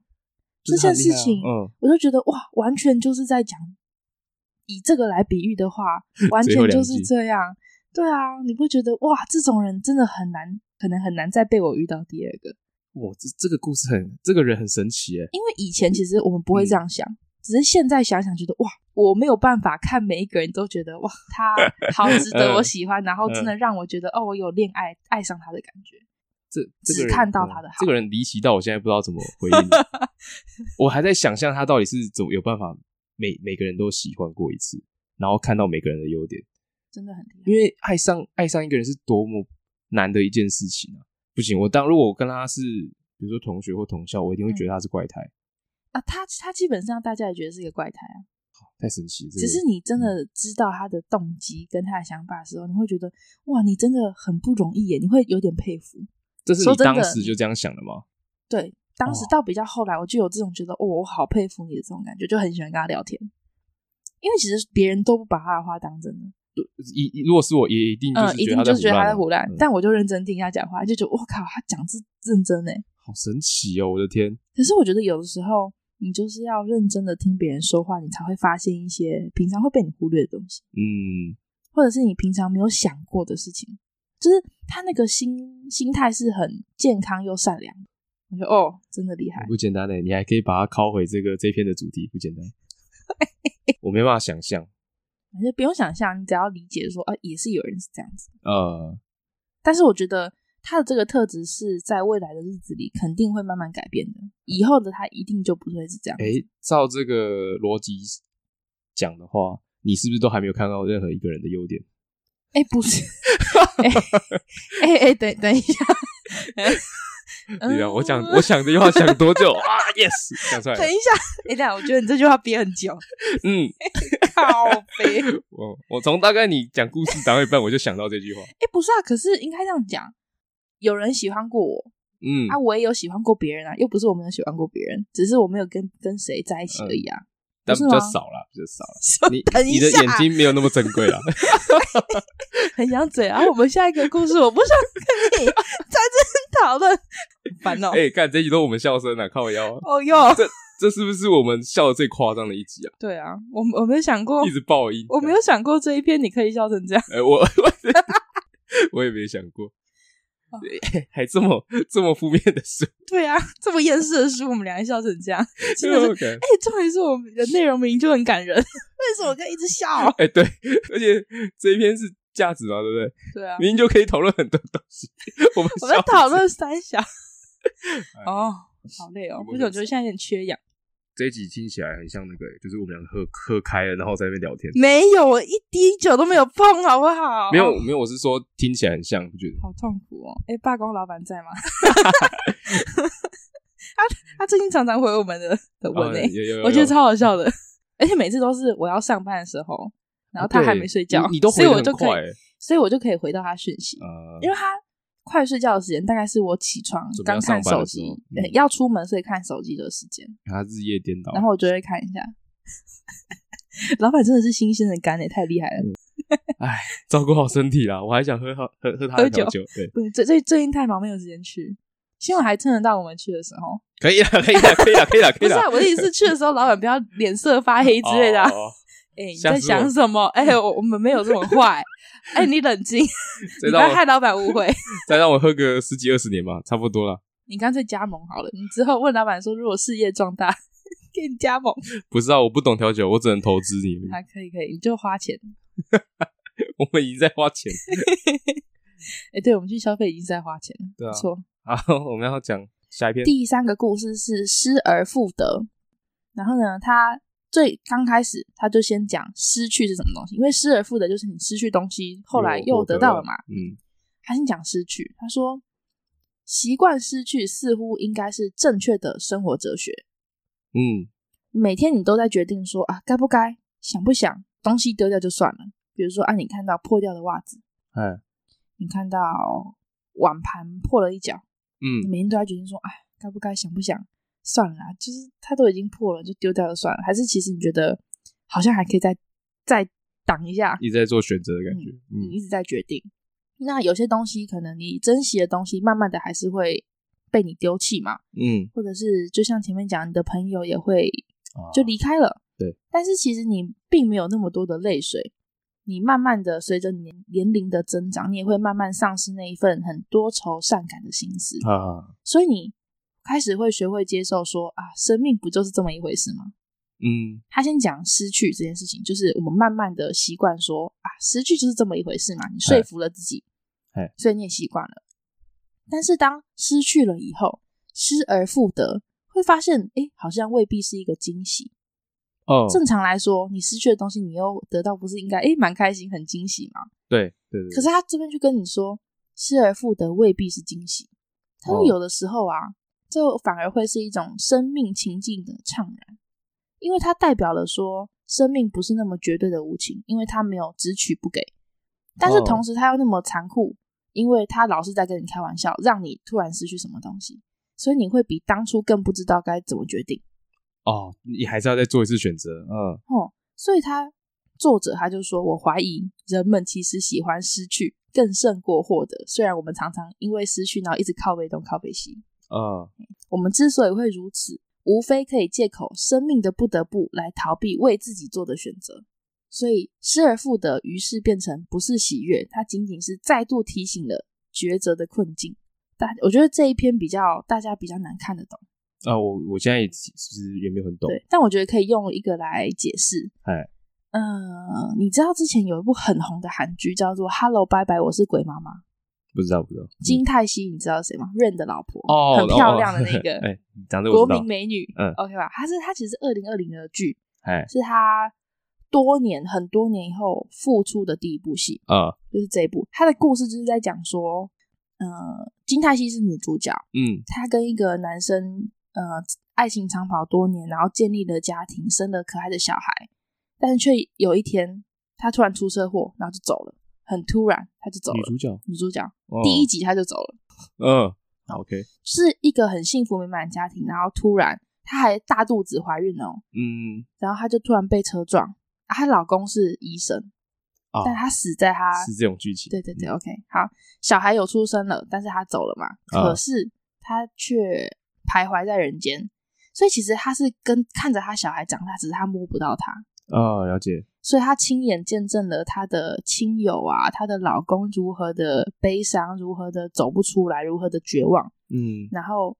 Speaker 1: 就是
Speaker 2: 这
Speaker 1: 很
Speaker 2: 件
Speaker 1: 厉害啊
Speaker 2: 事情
Speaker 1: 嗯，
Speaker 2: 我就觉得哇，完全就是在讲，以这个来比 喻的话，完
Speaker 1: 最后
Speaker 2: 全
Speaker 1: 两
Speaker 2: 就是
Speaker 1: 句
Speaker 2: 这样。对啊，你不觉得哇，这种人真的很难，可能很难再被我遇到第二个。
Speaker 1: 哇，这这个故事很，这个人很神奇哎，
Speaker 2: 因为以前其实我们
Speaker 1: 嗯
Speaker 2: 不会这样想，只是现在想想觉得哇，我没有办法看每一个人都觉得哇，他 好值得
Speaker 1: 嗯
Speaker 2: 我喜欢，然后真的让我觉得哦，我有恋爱爱上他的感觉。
Speaker 1: 这这个
Speaker 2: 只
Speaker 1: 人
Speaker 2: 看到
Speaker 1: 嗯
Speaker 2: 他的好
Speaker 1: 这个人离奇到我现在不知道怎么 回应，我还在想象他到底是怎么有办法每每个人都喜欢过一次，然后看到每个人的优点，
Speaker 2: 真的很厉害。
Speaker 1: 因为爱上爱上一个人是多么难的一件事情啊！不行，我当如果我跟他是比如说同学或同校，我一定会觉
Speaker 2: 嗯
Speaker 1: 得他是怪胎，
Speaker 2: 啊，他他基本上大家也觉得是一个怪胎啊。
Speaker 1: 太神奇了。这个
Speaker 2: 只是你真的知道他的动机跟他的想法的时候，你会觉得哇，你真的很不容易耶，你会有点佩服。
Speaker 1: 这是
Speaker 2: 说
Speaker 1: 你
Speaker 2: 真的
Speaker 1: 当时就这样想的吗？
Speaker 2: 对，当时
Speaker 1: 哦
Speaker 2: 到比较后来，我就有这种觉得，哦，我好佩服你的这种感觉，就很喜欢跟他聊天。因为其实别人都不把他的话当真的，
Speaker 1: 一一如果是我，也一定就
Speaker 2: 嗯
Speaker 1: 是，
Speaker 2: 一
Speaker 1: 觉
Speaker 2: 定
Speaker 1: 得
Speaker 2: 就
Speaker 1: 在
Speaker 2: 是觉得他在
Speaker 1: 胡
Speaker 2: 胡乱
Speaker 1: 嗯，
Speaker 2: 但我就认真听他讲话，就觉得我靠，他讲是认真哎。
Speaker 1: 好神奇哦！我的天，
Speaker 2: 可是我觉得有的时候，你就是要认真的听别人说话，你才会发现一些平常会被你忽略的东西，
Speaker 1: 嗯，
Speaker 2: 或者是你平常没有想过的事情。就是他那个心心态是很健康又善良的，我觉得哦，真的厉害。
Speaker 1: 不简单的，你还可以把它拷回这个这篇的主题，不简 单。我没办法想象，
Speaker 2: 反正不用想象，你只要理解说，啊，也是有人是这样子。
Speaker 1: 呃，
Speaker 2: 但是我觉得他的这个特质是在未来的日子里肯定会慢慢改变的，以后的他一定就不会是这样。
Speaker 1: 诶，照这个逻辑讲的话，你是不是都还没有看到任何一个人的优点？
Speaker 2: 哎、不是，哎哎哎，等等一下，
Speaker 1: 对呀，
Speaker 2: 嗯
Speaker 1: 我讲我想这句话想多 久啊？Yes，讲出来了
Speaker 2: 等，一下，哎、等一下，我觉得你这句话憋很久，
Speaker 1: 嗯，
Speaker 2: 靠背。哎、
Speaker 1: 我我从大概你讲故事讲到一半，我就想到这句话，
Speaker 2: 不是啊，可是应该这样讲，有人喜欢过我
Speaker 1: 嗯
Speaker 2: 啊，，我也有喜欢过别人啊，又不是我没有喜欢过别人，只是我没有跟跟谁在一起而已啊。
Speaker 1: 但
Speaker 2: 不
Speaker 1: 比
Speaker 2: 是
Speaker 1: 较
Speaker 2: 吗
Speaker 1: 少啦，比较少啦。
Speaker 2: 说
Speaker 1: 你
Speaker 2: 等一
Speaker 1: 你的
Speaker 2: 下
Speaker 1: 眼睛没有那么珍贵 啦。
Speaker 2: 很想嘴啊！我们下一个故事，我不想 跟你在这讨论，烦恼。
Speaker 1: 哎，看这一集都我们笑声啊，靠腰啊，
Speaker 2: 哦哟，
Speaker 1: 这是不是我们笑的最夸张的一集啊？
Speaker 2: 对啊，我我没有想过
Speaker 1: 一，直爆音，
Speaker 2: 哦我没有想过这一篇你可以笑成这样。
Speaker 1: 哎，我我 我也没想过
Speaker 2: 哦，
Speaker 1: 还这么这么负面的事，
Speaker 2: 对啊，这么厌世的书，我们俩还笑成这样，真的是。
Speaker 1: 是
Speaker 2: 哎、重点是我们的内容名就 很感人，为什么可以一直笑？
Speaker 1: 哎、对，而且这一篇是价值嘛，对不对？
Speaker 2: 对啊，
Speaker 1: 明明就可以讨论很多东西。我们
Speaker 2: 我们
Speaker 1: 笑
Speaker 2: 讨论三小。
Speaker 1: 哎
Speaker 2: 哦，好累哦，
Speaker 1: 我
Speaker 2: 不久就现在有点缺氧。
Speaker 1: 这一集听起来很像那个，就是我们两个喝喝开了，然后在那边聊天。
Speaker 2: 没有，我一滴酒都没有碰，好不 好？
Speaker 1: 没有没有，我是说听起来很像，不觉得？
Speaker 2: 好痛苦哦！哎，罢工老板在吗？ 他他最近常常回我们的的文诶、
Speaker 1: 啊有有有
Speaker 2: 我觉得
Speaker 1: 有
Speaker 2: 超好笑的，而且每次都是我要上班的时候，然后他
Speaker 1: 哦对
Speaker 2: 还没睡觉，
Speaker 1: 你你都
Speaker 2: 所
Speaker 1: 回
Speaker 2: 以
Speaker 1: 得
Speaker 2: 我
Speaker 1: 很
Speaker 2: 就可
Speaker 1: 快
Speaker 2: 以，
Speaker 1: 欸。
Speaker 2: 所以我就可以回到他讯息，
Speaker 1: 呃，
Speaker 2: 因为他快睡觉的时间大概是我起床
Speaker 1: 准备
Speaker 2: 刚
Speaker 1: 要
Speaker 2: 看
Speaker 1: 上班
Speaker 2: 手
Speaker 1: 的时
Speaker 2: 机
Speaker 1: 候，
Speaker 2: 呃
Speaker 1: 嗯
Speaker 2: 要出门所以看手机的时间，
Speaker 1: 他日夜颠倒。
Speaker 2: 然后我就会看一下。 老板真的是新鲜的肝诶、太厉害
Speaker 1: 嗯
Speaker 2: 了！
Speaker 1: 照顾好身体啦，我还想喝好喝喝他的
Speaker 2: 喝酒
Speaker 1: 调酒。对，
Speaker 2: 不，最最最近太忙，没有时间去。希望还撑得到我们去的时候。
Speaker 1: 可以啦，可以啦，可以啦，可以啦，可
Speaker 2: 不
Speaker 1: 以
Speaker 2: 是、
Speaker 1: 啦
Speaker 2: 啊，。我的意思是去的时候，老板不要脸色发黑之类的、啊。哎、
Speaker 1: 哦哦哦
Speaker 2: 你
Speaker 1: 吓
Speaker 2: 在
Speaker 1: 死
Speaker 2: 想
Speaker 1: 我嗯
Speaker 2: 什么？哎、我我们没有这么 坏。哎、你冷静，
Speaker 1: 再
Speaker 2: 你不
Speaker 1: 让
Speaker 2: 要害
Speaker 1: 我
Speaker 2: 老板误会。
Speaker 1: 再让我喝个十几二十年吧，差不多啦。
Speaker 2: 你干脆加盟好了。你之后问老板说，如果事业壮大， 给你加盟。
Speaker 1: 不是啊，我不懂调酒，我只能投资你。
Speaker 2: 还可以可以，你就花钱。
Speaker 1: 我们已经在花钱。
Speaker 2: 哎、对，我们去消费已经是在花钱了。
Speaker 1: 对啊
Speaker 2: 不错。
Speaker 1: 好，我们要讲下一篇。
Speaker 2: 第三个故事是失而复得。然后呢，他最刚开始他就先讲失去是什么东西，因为失而复得就是你失去东西，后来又得到了嘛。
Speaker 1: 嗯，
Speaker 2: 他先讲失去，他说习惯失去似乎应该是正确的生活哲学。
Speaker 1: 嗯，
Speaker 2: 每天你都在决定说啊，该不该，想不想，东西丢掉就算了，比如说啊，你看到破掉的袜子，
Speaker 1: 哎，
Speaker 2: 你看到碗盘破了一角，
Speaker 1: 嗯
Speaker 2: 你，每天都在决定说，哎，该不该想不想，算了啦，就是它都已经破了，就丢掉了算了。还是其实你觉得好像还可以再再挡一下，
Speaker 1: 一直在做选择的感觉，
Speaker 2: 你
Speaker 1: 嗯
Speaker 2: 一直在决定。那有些东西可能你珍惜的东西，慢慢的还是会被你丢弃嘛，
Speaker 1: 嗯，
Speaker 2: 或者是就像前面讲，你的朋友也会
Speaker 1: 啊
Speaker 2: 就离开了。
Speaker 1: 对，
Speaker 2: 但是其实你并没有那么多的泪水，你慢慢的随着年年龄的增长，你也会慢慢丧失那一份很多愁善感的心思。
Speaker 1: 啊，
Speaker 2: 所以你开始会学会接受说啊，生命不就是这么一回事吗？
Speaker 1: 嗯
Speaker 2: 他先讲失去这件事情，就是我们慢慢的习惯说啊，失去就是这么一回事嘛。你说服了自己
Speaker 1: 哎，
Speaker 2: 所以你也习惯了。但是当失去了以后，失而复得，会发现哎，好像未必是一个惊喜。
Speaker 1: 哦，
Speaker 2: 正常来说，你失去的东西，你又得到，不是应该哎蛮开心、很惊喜吗？
Speaker 1: 对对对，
Speaker 2: 可是他这边就跟你说，失而复得未必是惊喜。他说
Speaker 1: 哦
Speaker 2: 有的时候啊，这反而会是一种生命情境的怅然，因为它代表了说生命不是那么绝对的无情，因为它没有只取不给，但是
Speaker 1: 哦
Speaker 2: 同时它又那么残酷，因为他老是在跟你开玩笑，让你突然失去什么东西，所以你会比当初更不知道该怎么决定。
Speaker 1: 哦，你还是要再做一次选择，嗯，
Speaker 2: 哦，所以他作者他就说，我怀疑人们其实喜欢失去更胜过获得。虽然我们常常因为失去，然后一直靠北东靠北西。
Speaker 1: 啊，
Speaker 2: 我们之所以会如此，无非可以借口生命的不得不来逃避为自己做的选择。所以失而复得，于是变成不是喜悦，它仅仅是再度提醒了抉择的困境。大，我觉得这一篇比较大家比较难看得懂，
Speaker 1: 啊，我我现在也其实也没有很懂，
Speaker 2: 对，但我觉得可以用一个来解释，
Speaker 1: 哎，
Speaker 2: 嗯，你知道之前有一部很红的韩剧叫做《Hello 拜拜，我是鬼妈
Speaker 1: 嗯
Speaker 2: 妈》，
Speaker 1: 不知道不知道，嗯
Speaker 2: 金泰熙，你知道谁吗？Rain 的老婆，
Speaker 1: 哦，
Speaker 2: 很漂亮的 那
Speaker 1: 哎
Speaker 2: 个，
Speaker 1: 讲这个
Speaker 2: 国
Speaker 1: 我知
Speaker 2: 民
Speaker 1: 道，
Speaker 2: 美女，
Speaker 1: 嗯
Speaker 2: ，OK 吧？她是她其实二零二零的剧，
Speaker 1: 哎，
Speaker 2: 是她多年很多年以后复出的第一部戏，
Speaker 1: 啊，
Speaker 2: 就是这一部。她的故事就是在讲说，呃，金泰熙是女主角，
Speaker 1: 嗯
Speaker 2: 她跟一个男生呃爱情长跑多年，然后建立了家庭，生了可爱的小孩，但是却有一天她突然出车祸，然后就走了，很突然，她就走
Speaker 1: 女
Speaker 2: 了。
Speaker 1: 主角，
Speaker 2: 女主角
Speaker 1: 哦
Speaker 2: 第一，集她就走了，
Speaker 1: 嗯，OK，
Speaker 2: 是一个很幸福美满的家庭，然后突然她还大肚子怀孕哦，
Speaker 1: 嗯
Speaker 2: 然后她就突然被车撞。啊她老公是医生，
Speaker 1: 啊，
Speaker 2: 但她死在她
Speaker 1: 是这种剧情，
Speaker 2: 对对对、o k 好，小孩有出生了，但是他走了嘛，
Speaker 1: 啊
Speaker 2: 可是他却徘徊在人间，所以其实他是跟看着他小孩长大，只是他摸不到他，
Speaker 1: 啊，了解，
Speaker 2: 所以他亲眼见证了他的亲友啊，她的老公如何的悲伤，如何的走不出来，如何的绝望，
Speaker 1: 嗯
Speaker 2: 然后。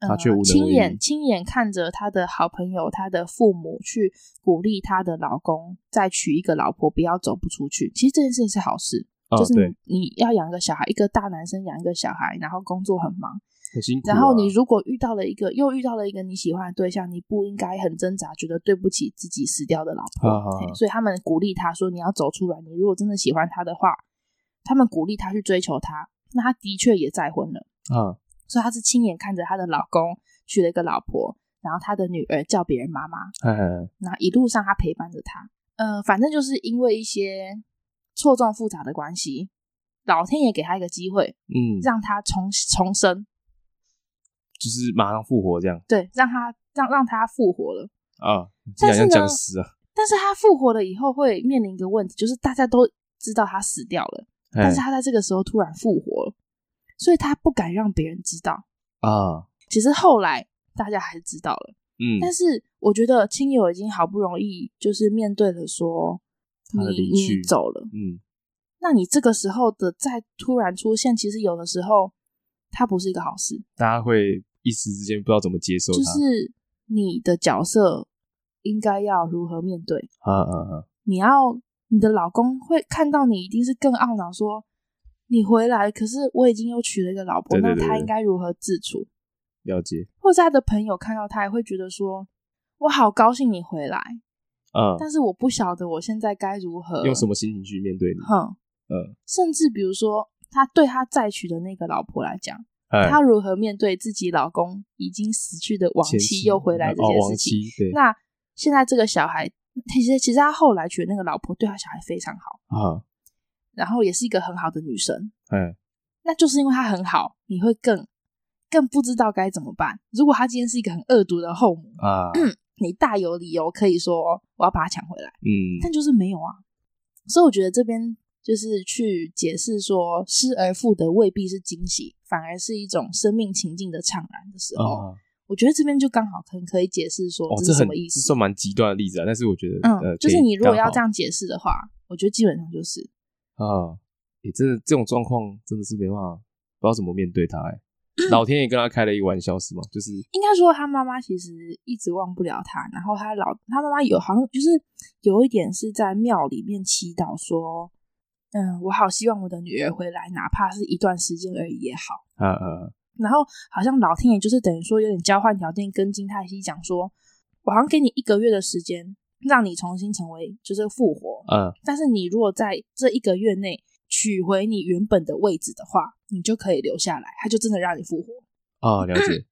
Speaker 2: 呃
Speaker 1: 他却无能为
Speaker 2: 亲
Speaker 1: 力
Speaker 2: 眼亲眼看着他的好朋友、他的父母去鼓励他的老公再娶一个老婆，不要走不出去。其实这件事情是好事，
Speaker 1: 啊，
Speaker 2: 就是
Speaker 1: 对，
Speaker 2: 你你要养一个小孩，一个大男生养一个小孩，然后工作很忙，
Speaker 1: 很辛苦啊，
Speaker 2: 然后你如果遇到了一个又遇到了一个你喜欢的对象，你不应该很挣扎，觉得对不起自己死掉的老婆，
Speaker 1: 啊啊啊
Speaker 2: 嘿所以他们鼓励他说你要走出来，你如果真的喜欢他的话，他们鼓励他去追求他，那他的确也再婚了，
Speaker 1: 啊，
Speaker 2: 所以他是亲眼看着他的老公娶了一个老婆，然后他的女儿叫别人妈妈，
Speaker 1: 哎哎
Speaker 2: 那一路上他陪伴着他。呃，反正就是因为一些错综复杂的关系，老天爷给他一个机会，
Speaker 1: 嗯，
Speaker 2: 让他重重生，
Speaker 1: 就是马上复活这样
Speaker 2: 对，让他让让他复活了。
Speaker 1: 啊，
Speaker 2: 但
Speaker 1: 讲
Speaker 2: 是呢
Speaker 1: 像僵尸啊，
Speaker 2: 但是他复活了以后会面临一个问题，就是大家都知道他死掉了，但
Speaker 1: 哎
Speaker 2: 是他在这个时候突然复活了，所以他不敢让别人知道。
Speaker 1: 啊，
Speaker 2: 其实后来大家还是知道了，
Speaker 1: 嗯，
Speaker 2: 但是我觉得亲友已经好不容易就是面对了说
Speaker 1: 他的
Speaker 2: 你
Speaker 1: 离
Speaker 2: 你
Speaker 1: 去
Speaker 2: 走了，
Speaker 1: 嗯
Speaker 2: 那你这个时候的再突然出现，其实有的时候它不是一个好事，，
Speaker 1: 大家会一时之间不知道怎么接受它，
Speaker 2: 就是你的角色应该要如何面对。
Speaker 1: 啊啊啊，
Speaker 2: 你要你的老公会看到你，一定是更懊恼说你回来，可是我已经又娶了一个老婆，
Speaker 1: 对对对
Speaker 2: 那他
Speaker 1: 对
Speaker 2: 应该如何自处？
Speaker 1: 了解，
Speaker 2: 或者他的朋友看到他也会觉得说，我好高兴你回来，
Speaker 1: 啊，
Speaker 2: 但是我不晓得我现在该如何
Speaker 1: 用什么心情去面对你？
Speaker 2: 哼，
Speaker 1: 嗯
Speaker 2: 甚至比如说他对他再娶的那个老婆来讲。
Speaker 1: 哎，
Speaker 2: 她如何面对自己老公已经死去的亡
Speaker 1: 前
Speaker 2: 妻
Speaker 1: 妻
Speaker 2: 又回来这
Speaker 1: 哦，
Speaker 2: 件
Speaker 1: 亡
Speaker 2: 事情？
Speaker 1: 妻，对，
Speaker 2: 那现在这个小孩， 其实其实他后来娶的那个老婆对他小孩非常好，
Speaker 1: 啊，
Speaker 2: 然后也是一个很好的女生。
Speaker 1: 哎，
Speaker 2: 那就是因为她很好，你会更更不知道该怎么办。如果她今天是一个很恶毒的后母，
Speaker 1: 啊，
Speaker 2: 你大有理由可以说哦我要把她抢回来，
Speaker 1: 嗯，
Speaker 2: 但就是没有啊。所以我觉得这边就是去解释说，失而复得未必是惊喜，反而是一种生命情境的怅然的时候。
Speaker 1: 啊，
Speaker 2: 我觉得这边就刚好可能可以解释说
Speaker 1: 哦，
Speaker 2: 哦这
Speaker 1: 这
Speaker 2: 是什
Speaker 1: 很
Speaker 2: 么意
Speaker 1: 这
Speaker 2: 思。
Speaker 1: 算蛮极端的例子啊，但是我觉得，
Speaker 2: 嗯，
Speaker 1: 呃，
Speaker 2: 就是
Speaker 1: 可以
Speaker 2: 你如果
Speaker 1: 刚
Speaker 2: 要
Speaker 1: 好
Speaker 2: 这样解释的话，我觉得基本上就是
Speaker 1: 啊，也真的这种状况真的是没办法，不知道怎么面对他、 欸。老天爷跟他开了一个玩笑是吗？就是
Speaker 2: 应该说，他妈妈其实一直忘不了他，然后他老他妈妈有好像就是有一点是在庙里面祈祷说，嗯，我好希望我的女儿回来，哪怕是一段时间而已也好。
Speaker 1: 啊啊
Speaker 2: 然后好像老天爷就是等于说有点交换条件跟金泰熙讲说，我好像给你一个月的时间，让你重新成为就是复活，
Speaker 1: 啊
Speaker 2: 但是你如果在这一个月内取回你原本的位置的话，你就可以留下来，他就真的让你复活。
Speaker 1: 啊！了 解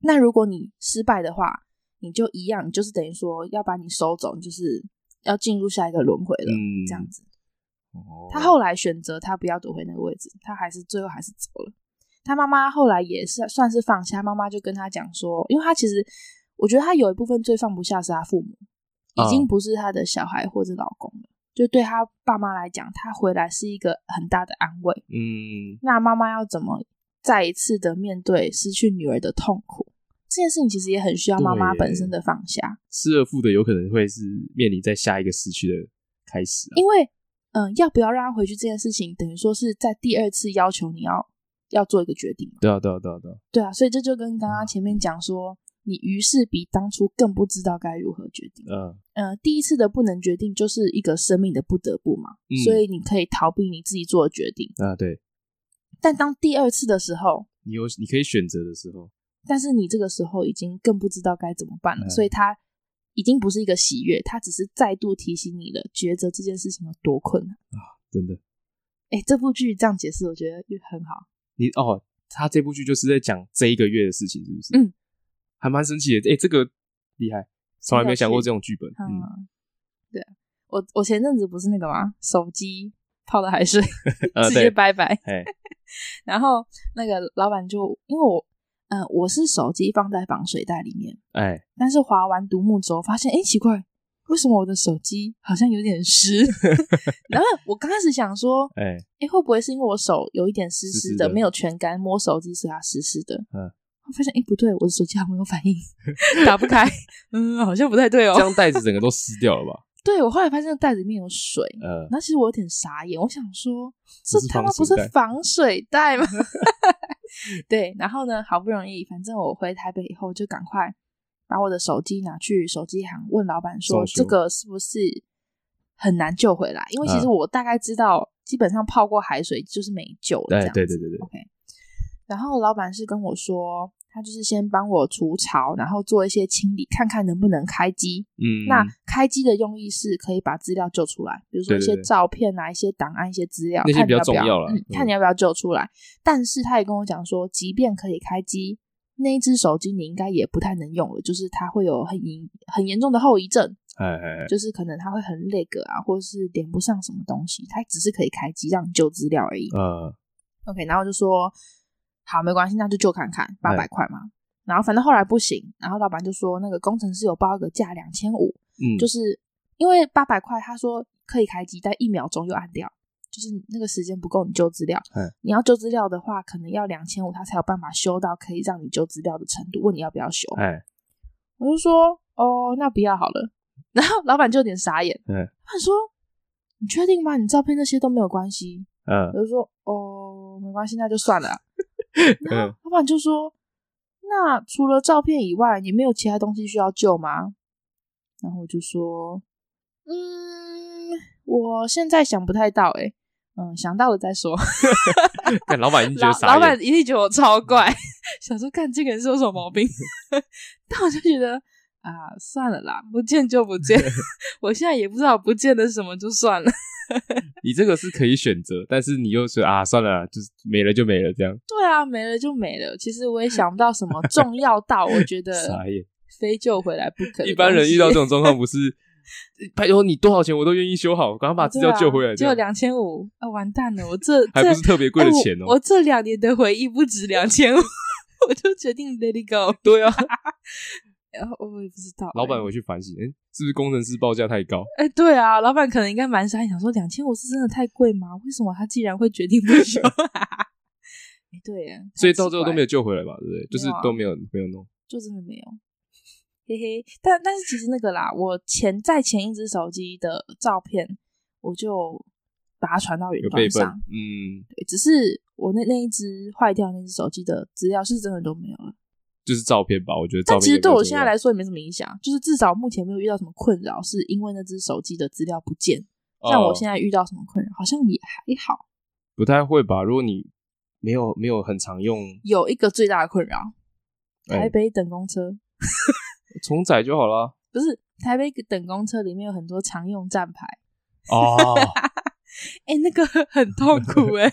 Speaker 2: 那如果你失败的话，你就一样，你就是等于说要把你收走，你就是要进入下一个轮回了，
Speaker 1: 嗯
Speaker 2: 这样子。
Speaker 1: 哦。
Speaker 2: 他后来选择他不要夺回那个位置，他还是最后还是走了。他妈妈后来也是算是放下，妈妈就跟他讲说，因为他其实我觉得他有一部分最放不下是他父母，
Speaker 1: 啊
Speaker 2: 已经不是他的小孩或者老公了。就对他爸妈来讲，他回来是一个很大的安慰。
Speaker 1: 嗯
Speaker 2: 那妈妈要怎么再一次的面对失去女儿的痛苦？这件事情其实也很需要妈妈
Speaker 1: 对耶
Speaker 2: 本身的放下，
Speaker 1: 失而复得有可能会是面临在下一个失去的开始啊。
Speaker 2: 因为嗯、要不要让她回去这件事情，等于说是在第二次要求你要要做一个决定嘛。
Speaker 1: 对啊对啊对啊对啊，
Speaker 2: 对啊，所以这就跟刚刚前面讲说，你于是比当初更不知道该如何决定。
Speaker 1: 嗯
Speaker 2: 呃，第一次的不能决定就是一个生命的不得不嘛，
Speaker 1: 嗯
Speaker 2: 所以你可以逃避你自己做的决定。
Speaker 1: 啊对，
Speaker 2: 但当第二次的时候，
Speaker 1: 你有你可以选择的时候，
Speaker 2: 但是你这个时候已经更不知道该怎么办了，
Speaker 1: 嗯
Speaker 2: 所以它已经不是一个喜悦，它只是再度提醒你了，抉择这件事情有多困难。
Speaker 1: 真的
Speaker 2: 哎，这部剧这样解释，我觉得也很好。
Speaker 1: 你哦，他这部剧就是在讲这一个月的事情，是不是？
Speaker 2: 嗯，
Speaker 1: 还蛮神奇的。哎、这个厉害，从来没有想过这种剧本。
Speaker 2: 嗯，
Speaker 1: 嗯，
Speaker 2: 对啊，我我前阵子不是那个嘛，手机泡的海水，
Speaker 1: 呃
Speaker 2: 直接
Speaker 1: 对
Speaker 2: 拜拜。
Speaker 1: 哎，
Speaker 2: 然后那个老板就因为我，嗯、我是手机放在防水袋里面，
Speaker 1: 哎，
Speaker 2: 但是划完独木舟发现，哎，奇怪，为什么我的手机好像有点湿？ 然后我刚开始想说，
Speaker 1: 哎，
Speaker 2: 哎，会不会是因为我手有一点湿
Speaker 1: 湿
Speaker 2: 湿的，
Speaker 1: 湿的
Speaker 2: 没有全干，摸手机所以它湿湿的？
Speaker 1: 嗯。
Speaker 2: 我发现，哎，不对，我的手机还没有反应， 打不开， 嗯，好像不太对
Speaker 1: 这
Speaker 2: 哦。
Speaker 1: 样袋子整个都湿掉了吧？
Speaker 2: 对我后来发现袋子里面有水，
Speaker 1: 呃，
Speaker 2: 那其实我有点傻眼，我想说，
Speaker 1: 这
Speaker 2: 这
Speaker 1: 是
Speaker 2: 他妈
Speaker 1: 防
Speaker 2: 不
Speaker 1: 水
Speaker 2: 是
Speaker 1: 袋
Speaker 2: 防水袋吗？ 对，然后呢，好不容易，反正我回台北以后，就赶快把我的手机拿去手机行问老板说，
Speaker 1: 送修
Speaker 2: 这个是不是很难救回来？因为其实
Speaker 1: 嗯
Speaker 2: 我大概知道，基本上泡过海水就是没救了。
Speaker 1: 哎
Speaker 2: 这样
Speaker 1: 对
Speaker 2: 子哦
Speaker 1: 对对对
Speaker 2: ，OK。然后老板是跟我说，他就是先帮我除潮，然后做一些清理，看看能不能开机。
Speaker 1: 嗯，
Speaker 2: 那开机的用意是可以把资料救出来，比如说一
Speaker 1: 对对
Speaker 2: 些
Speaker 1: 对
Speaker 2: 照片啊、一些档案、一些资料，
Speaker 1: 那些
Speaker 2: 看你
Speaker 1: 比较
Speaker 2: 要不
Speaker 1: 重要啦
Speaker 2: 嗯
Speaker 1: 嗯
Speaker 2: 看你要不要救出来。但是他也跟我讲说，即便可以开机，那一只手机你应该也不太能用了，就是它会有很严很严重的后遗症，
Speaker 1: 哎哎哎，
Speaker 2: 就是可能它会很累个啊，或是连不上什么东西，它只是可以开机让你救资料而已。
Speaker 1: 呃，
Speaker 2: OK，然后我就说好，没关系，那就救看看，八
Speaker 1: 哎
Speaker 2: 百块嘛。然后反正后来不行，然后老板就说那个工程师有报一个价两千五，
Speaker 1: 嗯，
Speaker 2: 就是因为八百块，他说可以开机，但一秒钟又按掉，就是你那个时间不够你揪资料
Speaker 1: 嗯。
Speaker 2: 你要揪资料的话，可能要两千五，他才有办法修到可以让你揪资料的程度。问你要不要修，
Speaker 1: 哎
Speaker 2: 我就说哦，那不要好了。 然后老板就有点傻眼，
Speaker 1: 嗯
Speaker 2: 他说你确定吗？你照片那些都没有关系？
Speaker 1: 呃
Speaker 2: 我就说哦，没关系，那就 算了啊。然
Speaker 1: 嗯
Speaker 2: 后老板就说：“那除了照片以外，你没有其他东西需要救吗？”然后我就说：“嗯，我现在想不太到、欸，诶，嗯，想到了再说。
Speaker 1: 看老板已经觉
Speaker 2: 老
Speaker 1: 得傻眼嗯
Speaker 2: 老板一定觉得我超怪， 想说看这个人是有什么 毛病，但我就觉得啊，算了啦，不见就 不见， 我现在也不知道不见的什么，就算了。
Speaker 1: 你这个是可以选择，但是你又说啊，算了啦，就是没了就没了这样，
Speaker 2: 对啊，没了就没了。其 实我也想不到什么重要到我觉得
Speaker 1: 傻眼。
Speaker 2: 非救回来不可的东西。
Speaker 1: 一般人遇到这种状况，不是 拜托你多少钱我都愿意修好，赶
Speaker 2: 哦
Speaker 1: 快把资料救回来。
Speaker 2: 只
Speaker 1: 这
Speaker 2: 有
Speaker 1: 样
Speaker 2: 两千五，啊，完蛋了！我这
Speaker 1: 还
Speaker 2: 啊这
Speaker 1: 不是特别贵的钱
Speaker 2: 哎
Speaker 1: 哦
Speaker 2: 我。我这两年的回忆不止两千五， 我就决定 let it go。
Speaker 1: 对啊，
Speaker 2: 然后我也不知道，
Speaker 1: 老板回去反省，哎，是不是工程师报价太高？
Speaker 2: 哎，对啊，老板可能应该蛮傻，想说两千五是真的太贵吗？为什么他既然会决定不 修？ 哎，对耶，
Speaker 1: 所以到最后都没
Speaker 2: 有，
Speaker 1: 有救回来吧，对不对？就是
Speaker 2: 没有啊
Speaker 1: 都没有没有弄。
Speaker 2: 就真的没有。嘿嘿，但但是其实那个啦，我前在前一只手机的照片，我就把它传到云
Speaker 1: 有备
Speaker 2: 端
Speaker 1: 份
Speaker 2: 上。，
Speaker 1: 嗯，
Speaker 2: 对，只是我那那一只坏掉那只手机的资料是真的都没有了。
Speaker 1: 就是照片吧，我觉得照
Speaker 2: 但
Speaker 1: 片。
Speaker 2: 其实对我现在，来说也没什么影响，就是至少目前没有遇到什么困扰，是因为那只手机的资料不见。像我现
Speaker 1: 在
Speaker 2: 在遇到什么困扰，好像也还好。
Speaker 1: 不太会吧？如果你没有没有很常用，
Speaker 2: 有一个最大的困扰，
Speaker 1: 哎
Speaker 2: 台北等公车、
Speaker 1: 重载就好啦。
Speaker 2: 不是台北等公车里面有很多常用站牌，
Speaker 1: 哦，
Speaker 2: 哎、那个很痛苦哎、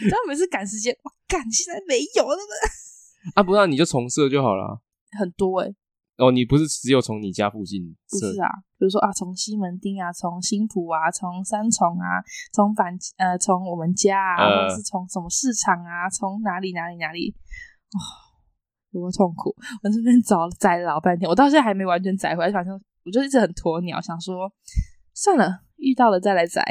Speaker 2: 你知道每次赶时间，哇，赶现在没有了，
Speaker 1: 啊，不然你就重设就好啦。
Speaker 2: 很多哎、
Speaker 1: 哦，你不是只有从你家附近
Speaker 2: 不
Speaker 1: 设
Speaker 2: 是啊，比如说啊，从西门町啊，从新浦啊，从三重啊，从板呃，从我们家啊，
Speaker 1: 呃
Speaker 2: 或者是从什么市场啊，从哪里哪里哪里，哦，有多痛苦！我这边找载了老半天，我到现在还没完全载回来，想说我就一直很鸵鸟，想说算了，遇到了再来载。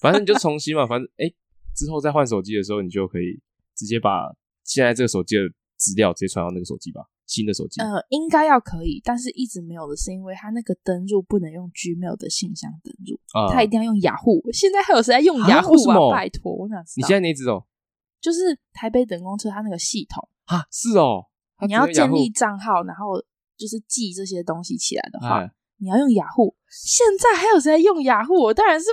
Speaker 1: 反正你就重新嘛，反正哎、之后再换手机的时候，你就可以直接把现在这个手机的资料直接传到那个手机吧，新的手机。
Speaker 2: 呃，应该要可以，但是一直没有的是因为它那个登入不能用 Gmail 的信箱登入，
Speaker 1: 啊
Speaker 2: 它一定要用雅虎。现在还有谁在用
Speaker 1: 啊
Speaker 2: 呃雅
Speaker 1: 为什
Speaker 2: 虎啊？
Speaker 1: 么
Speaker 2: 拜托，我哪知
Speaker 1: 你
Speaker 2: 道
Speaker 1: 现？在哪一只哦？
Speaker 2: 就是台北等公车它那个系统，
Speaker 1: 啊，是哦，它
Speaker 2: 你要
Speaker 1: 只能
Speaker 2: 建
Speaker 1: 用
Speaker 2: 立账号，然后就是记这些东西起来的
Speaker 1: Yahoo
Speaker 2: 话，
Speaker 1: 哎
Speaker 2: 你要用雅虎。现在还有谁在用雅虎？我当然是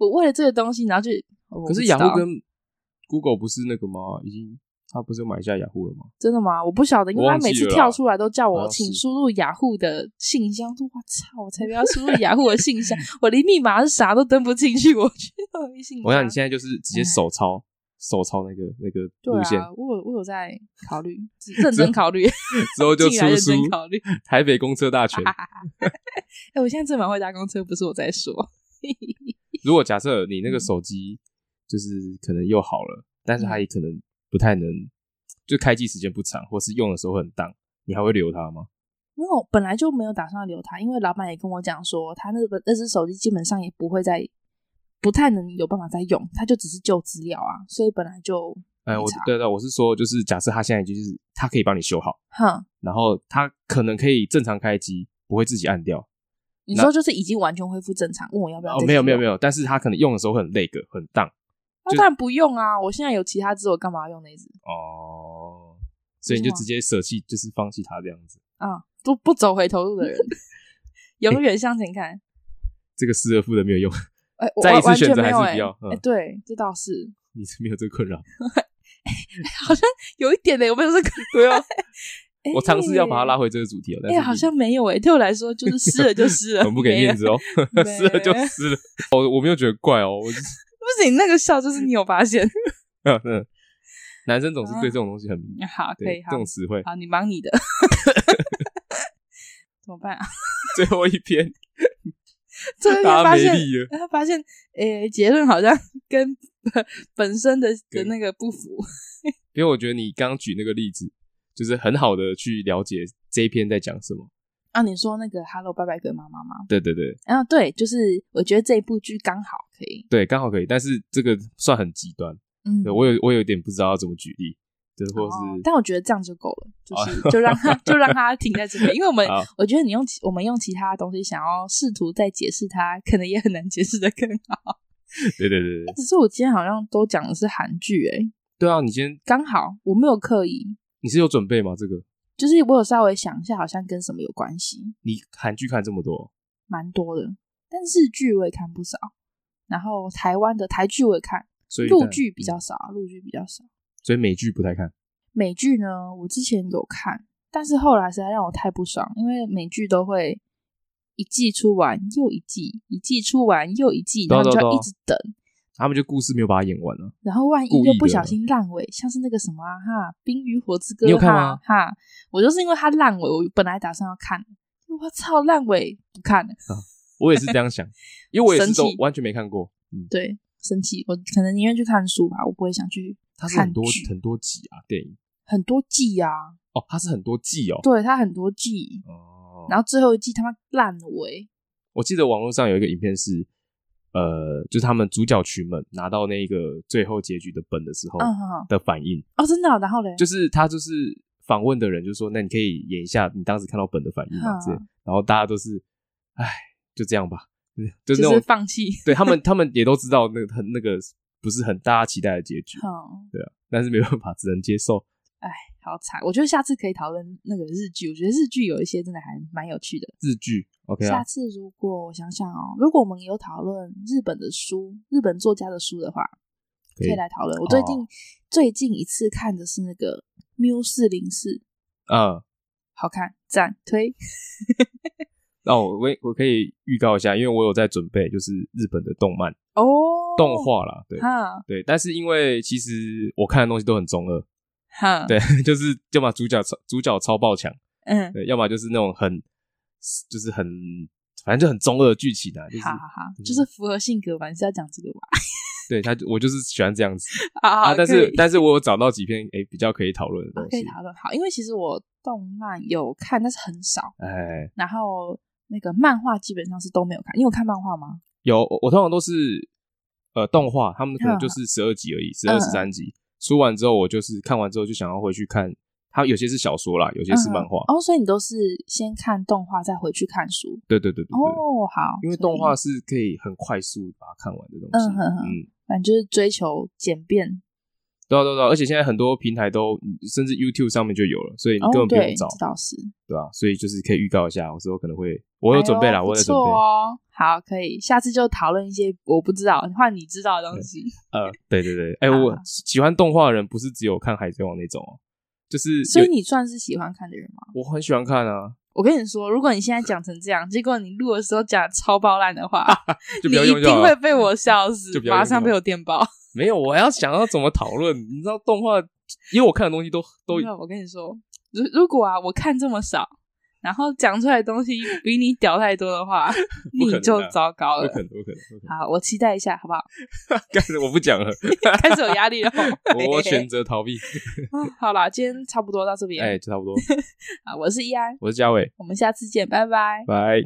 Speaker 2: 我为了这个东西，然后就我
Speaker 1: 可是
Speaker 2: 不知道
Speaker 1: 雅虎跟 Google 不是那个吗？已经他不是买下雅虎了吗？
Speaker 2: 真的吗？我不晓得，因为
Speaker 1: 我
Speaker 2: 他
Speaker 1: 忘记
Speaker 2: 每次
Speaker 1: 了啦
Speaker 2: 跳出来都叫
Speaker 1: 好
Speaker 2: 我
Speaker 1: 像
Speaker 2: 请
Speaker 1: 是
Speaker 2: 输入雅虎的信箱，我操，我才不要输入雅虎的 信箱，我连密码是啥都登不进去，我去到微信箱。
Speaker 1: 我想你现在就是直接手抄手抄那个那个路
Speaker 2: 对
Speaker 1: 线，
Speaker 2: 啊，我有我有在考 虑，认真考虑，
Speaker 1: 之后就
Speaker 2: 竟然
Speaker 1: 出
Speaker 2: 认
Speaker 1: 书
Speaker 2: 真考虑。
Speaker 1: 《台北公车大全》。
Speaker 2: 哎、我现在真蛮会搭公车，不是我在说。
Speaker 1: 如果假设你那
Speaker 2: 嗯
Speaker 1: 个手机就是可能又好了，但是它也可能不太能，就开机时间不长，或是用的时候很荡，你还会留它吗？
Speaker 2: 因为我本来 就没有打算留它，因为老板也跟我讲说，他那个那只手机基本上也不会再，不太能有办法再用，它就只是旧资料啊，所以本来就
Speaker 1: 哎，我
Speaker 2: 没差
Speaker 1: 对对，我是说，就是假设它现在就是它可以帮你修好，
Speaker 2: 哼，
Speaker 1: 然后它可能可以正常开机，不会自己按掉。
Speaker 2: 你说就是已经完全恢复正常，问我要不要
Speaker 1: 哦，没有没有没
Speaker 2: 啊有，
Speaker 1: 有，但是它可能用的时候很那个很荡
Speaker 2: 那、当然不用啊，我现在有其他只，我干嘛要用那只
Speaker 1: 哦，所以你就
Speaker 2: 为什么
Speaker 1: 直接舍弃，就是放弃它这样子。
Speaker 2: 啊？不不走回头路的人， 永远向前看。
Speaker 1: 这个失而复得没有用，
Speaker 2: 哎、我
Speaker 1: 再一次
Speaker 2: 完全
Speaker 1: 选择
Speaker 2: 没有
Speaker 1: 还是
Speaker 2: 哎、
Speaker 1: 不要嗯
Speaker 2: 哎对，这倒是
Speaker 1: 你是没有这个困扰。
Speaker 2: 好像有一点的、有没有这个？对啊，
Speaker 1: 我尝试要把它拉回这个主题哦，但
Speaker 2: 哎、
Speaker 1: 是
Speaker 2: 好
Speaker 1: 你
Speaker 2: 像没有哎、对我来说就是湿了就湿了，
Speaker 1: 很 不给面
Speaker 2: 没
Speaker 1: 子哦，
Speaker 2: 没了
Speaker 1: 撕了就撕了。哦，我没有觉得怪哦，我就是
Speaker 2: 不是你那个笑，就是你有发现。
Speaker 1: 嗯，男生总是对这种东西很敏感，
Speaker 2: 好，嗯可
Speaker 1: 对
Speaker 2: 以，
Speaker 1: 这
Speaker 2: 好
Speaker 1: 种，词汇。
Speaker 2: 好，你忙你的。 怎么办啊？
Speaker 1: 最后一篇，
Speaker 2: 最后 一
Speaker 1: 大
Speaker 2: 天
Speaker 1: 家
Speaker 2: 发
Speaker 1: 没
Speaker 2: 现，
Speaker 1: 力了。
Speaker 2: 他发现，诶、结论好像跟 本身的的
Speaker 1: 跟
Speaker 2: 那个不符。
Speaker 1: 因为我觉得你刚举那个例子，就是很好的去了解这一篇在讲什么。
Speaker 2: 啊，你说那个 “Hello，拜拜，鬼妈妈”吗？
Speaker 1: 对对对
Speaker 2: 啊，对，就是我觉得这一部剧刚好可以。
Speaker 1: 对，刚好可以，但是这个算很极端。
Speaker 2: 嗯，
Speaker 1: 对我有我有点不知道要怎么举例，就是或
Speaker 2: 哦
Speaker 1: 是哦
Speaker 2: 但我觉得这样就够了，就是、就让他就让他停在这边，因为我们
Speaker 1: 好
Speaker 2: 我觉得你用其我们用其他的东西想要试图再解释它，可能也很难解释的更好。
Speaker 1: 对对对对
Speaker 2: 只是我今天好像都讲的是韩剧，诶，
Speaker 1: 对啊！你今天
Speaker 2: 刚好我没有刻意，
Speaker 1: 你是有准备吗？这个
Speaker 2: 就是我有稍微想一下，好像跟什么有关系，
Speaker 1: 你韩剧看这么多，
Speaker 2: 蛮多的。但日剧我也看不少，然后台湾的台剧我也看，
Speaker 1: 所以
Speaker 2: 陆
Speaker 1: 但
Speaker 2: 剧比较
Speaker 1: 嗯
Speaker 2: 少，啊陆剧比较少。
Speaker 1: 所以美剧不太看。
Speaker 2: 美剧呢，我之前有看，但是后来实在让我太不爽，因为美剧都会一季出完又一季，一季出完又一季，
Speaker 1: 对
Speaker 2: 然
Speaker 1: 啊
Speaker 2: 后你
Speaker 1: 对
Speaker 2: 就
Speaker 1: 啊
Speaker 2: 要
Speaker 1: 对
Speaker 2: 一
Speaker 1: 啊
Speaker 2: 直等，
Speaker 1: 他们就故事没有把它演完啊，
Speaker 2: 然后万一
Speaker 1: 故
Speaker 2: 又
Speaker 1: 意
Speaker 2: 不
Speaker 1: 的
Speaker 2: 小心烂尾，像是那个什么啊哈《冰与火之歌
Speaker 1: 你有》看
Speaker 2: 哈
Speaker 1: 吗
Speaker 2: 哈，我就是因为它烂尾，我本来打算要看，我操烂尾不看了，
Speaker 1: 我也是这样想，因为 我也是
Speaker 2: 生
Speaker 1: 都
Speaker 2: 气
Speaker 1: 完全没看过。嗯，
Speaker 2: 对，生气，我可能宁愿去看书吧，我不会想去
Speaker 1: 它是
Speaker 2: 看
Speaker 1: 很多
Speaker 2: 剧
Speaker 1: 很多集啊，电影
Speaker 2: 很多季啊，
Speaker 1: 哦，它是很多季哦。
Speaker 2: 对，它很多季，
Speaker 1: 哦，
Speaker 2: 然后最后一季他妈烂尾，
Speaker 1: 我记得网络上有一个影片是，呃，就是他们主角群们拿到那个最后结局的本的时候
Speaker 2: 嗯哼，
Speaker 1: 的反应，
Speaker 2: 哦，真的哦、然后嘞，
Speaker 1: 就是他就是访问的人就说，那你可以演一下你当时看到本的反应嘛
Speaker 2: 嗯
Speaker 1: 之类，然后大家都是，唉，就这样吧， 就是那
Speaker 2: 就
Speaker 1: 种
Speaker 2: 是放弃，
Speaker 1: 对他们，他们也都知道那个很那个不是很大家期待的结局，
Speaker 2: 嗯，
Speaker 1: 对啊，但是没办法，只能接受。
Speaker 2: 好惨。我觉得下次可以讨论那个日剧，我觉得日剧有一些真的还蛮有趣的。
Speaker 1: 日剧 OK
Speaker 2: 下
Speaker 1: 啊，
Speaker 2: 次如果我想想哦，如果我们有讨论日本的书、日本作家的书的话，可
Speaker 1: 可以
Speaker 2: 以来讨论。我最近、
Speaker 1: 哦
Speaker 2: 最近一次看的是那个《缪四零四》，
Speaker 1: 嗯，
Speaker 2: 好看，赞推。
Speaker 1: 那我我我可以预告一下，因为我有在准备，就是日本的动漫、
Speaker 2: 哦，
Speaker 1: 动画啦，对
Speaker 2: 哈
Speaker 1: 对，但是因为其实我看的东西都很中二，
Speaker 2: 哈，，
Speaker 1: 对，就是要么主角超主角超爆强，
Speaker 2: 嗯，
Speaker 1: 对，要么就是那种很就是很反正就很中二的剧情啊，就是
Speaker 2: 好好好，就是符合性格吧，你是要讲这 个吧？
Speaker 1: 对他我就是喜欢这样子
Speaker 2: 好
Speaker 1: 啊，但
Speaker 2: 可
Speaker 1: 是
Speaker 2: 以
Speaker 1: 但是我有找到几篇诶、比较可以讨论的
Speaker 2: 好
Speaker 1: 东
Speaker 2: 可以
Speaker 1: 西，
Speaker 2: 讨论好，因为其实我动漫有看，但是很少，
Speaker 1: 哎。
Speaker 2: 然后那个漫画基本上是都没有看，因为我看漫画吗？
Speaker 1: 有，我我通常都是呃动画，他们可能
Speaker 2: 嗯
Speaker 1: 就是十二集而已，十二
Speaker 2: 嗯
Speaker 1: 十三集出完之后，我就是看完之后就想要回去看。它有些是小说啦，有些是漫画。
Speaker 2: 嗯哦，所以你都是先看动画，再回去看书。
Speaker 1: 对对对对对，
Speaker 2: 哦，好，
Speaker 1: 因为
Speaker 2: 可以
Speaker 1: 动画是可以很快速把它看完的东
Speaker 2: 嗯
Speaker 1: 西。
Speaker 2: 哼哼反正就是追求简便，
Speaker 1: 对啊对啊对啊，而且现在很多平台都，甚至 YouTube 上面就有了，所以你
Speaker 2: 哦，
Speaker 1: 根本不
Speaker 2: 对，
Speaker 1: 用找，
Speaker 2: 这倒是。
Speaker 1: 对吧、所以就是可以预告一下，我之后可能会，我有准备
Speaker 2: 哎
Speaker 1: 啦，
Speaker 2: 呦
Speaker 1: 我
Speaker 2: 不
Speaker 1: 有准备
Speaker 2: 错。哦。好，可以，下次就讨论一些我不知道，换你知道的东西。
Speaker 1: 呃，对对对，哎，
Speaker 2: 好
Speaker 1: 我喜欢动画的人不是只有看《海贼王》那种哦，就是
Speaker 2: 所
Speaker 1: 有
Speaker 2: 以你算是喜欢看的人吗？
Speaker 1: 我很喜欢看啊，
Speaker 2: 我跟你说，如果你现在讲成这样，结果你录的时候讲超爆烂的话，
Speaker 1: 就
Speaker 2: 你
Speaker 1: 不要
Speaker 2: 一
Speaker 1: 用就好
Speaker 2: 定
Speaker 1: 了
Speaker 2: 会被我笑死
Speaker 1: 就，不要用
Speaker 2: 马上
Speaker 1: 就好
Speaker 2: 被我电爆。
Speaker 1: 没有，我还要想要怎么讨论。你知道动画，因为我看的东西都都
Speaker 2: 没有，我跟你说，如如果啊，我看这么少，然后讲出来的东西比你屌太多的话，
Speaker 1: 不可能
Speaker 2: 你就
Speaker 1: 啊
Speaker 2: 糟糕
Speaker 1: 不
Speaker 2: 了
Speaker 1: 可。能，不可能，不可能。
Speaker 2: 好，我期待一下，好不好？
Speaker 1: 干我不讲了，
Speaker 2: 开始有压力了。
Speaker 1: 我我选择 哎逃避。
Speaker 2: 啊好啦，今天差不多到这边。
Speaker 1: 哎，就差不多。
Speaker 2: 啊，我是依安，
Speaker 1: 我是嘉伟，
Speaker 2: 我们下次见，拜拜。
Speaker 1: 拜。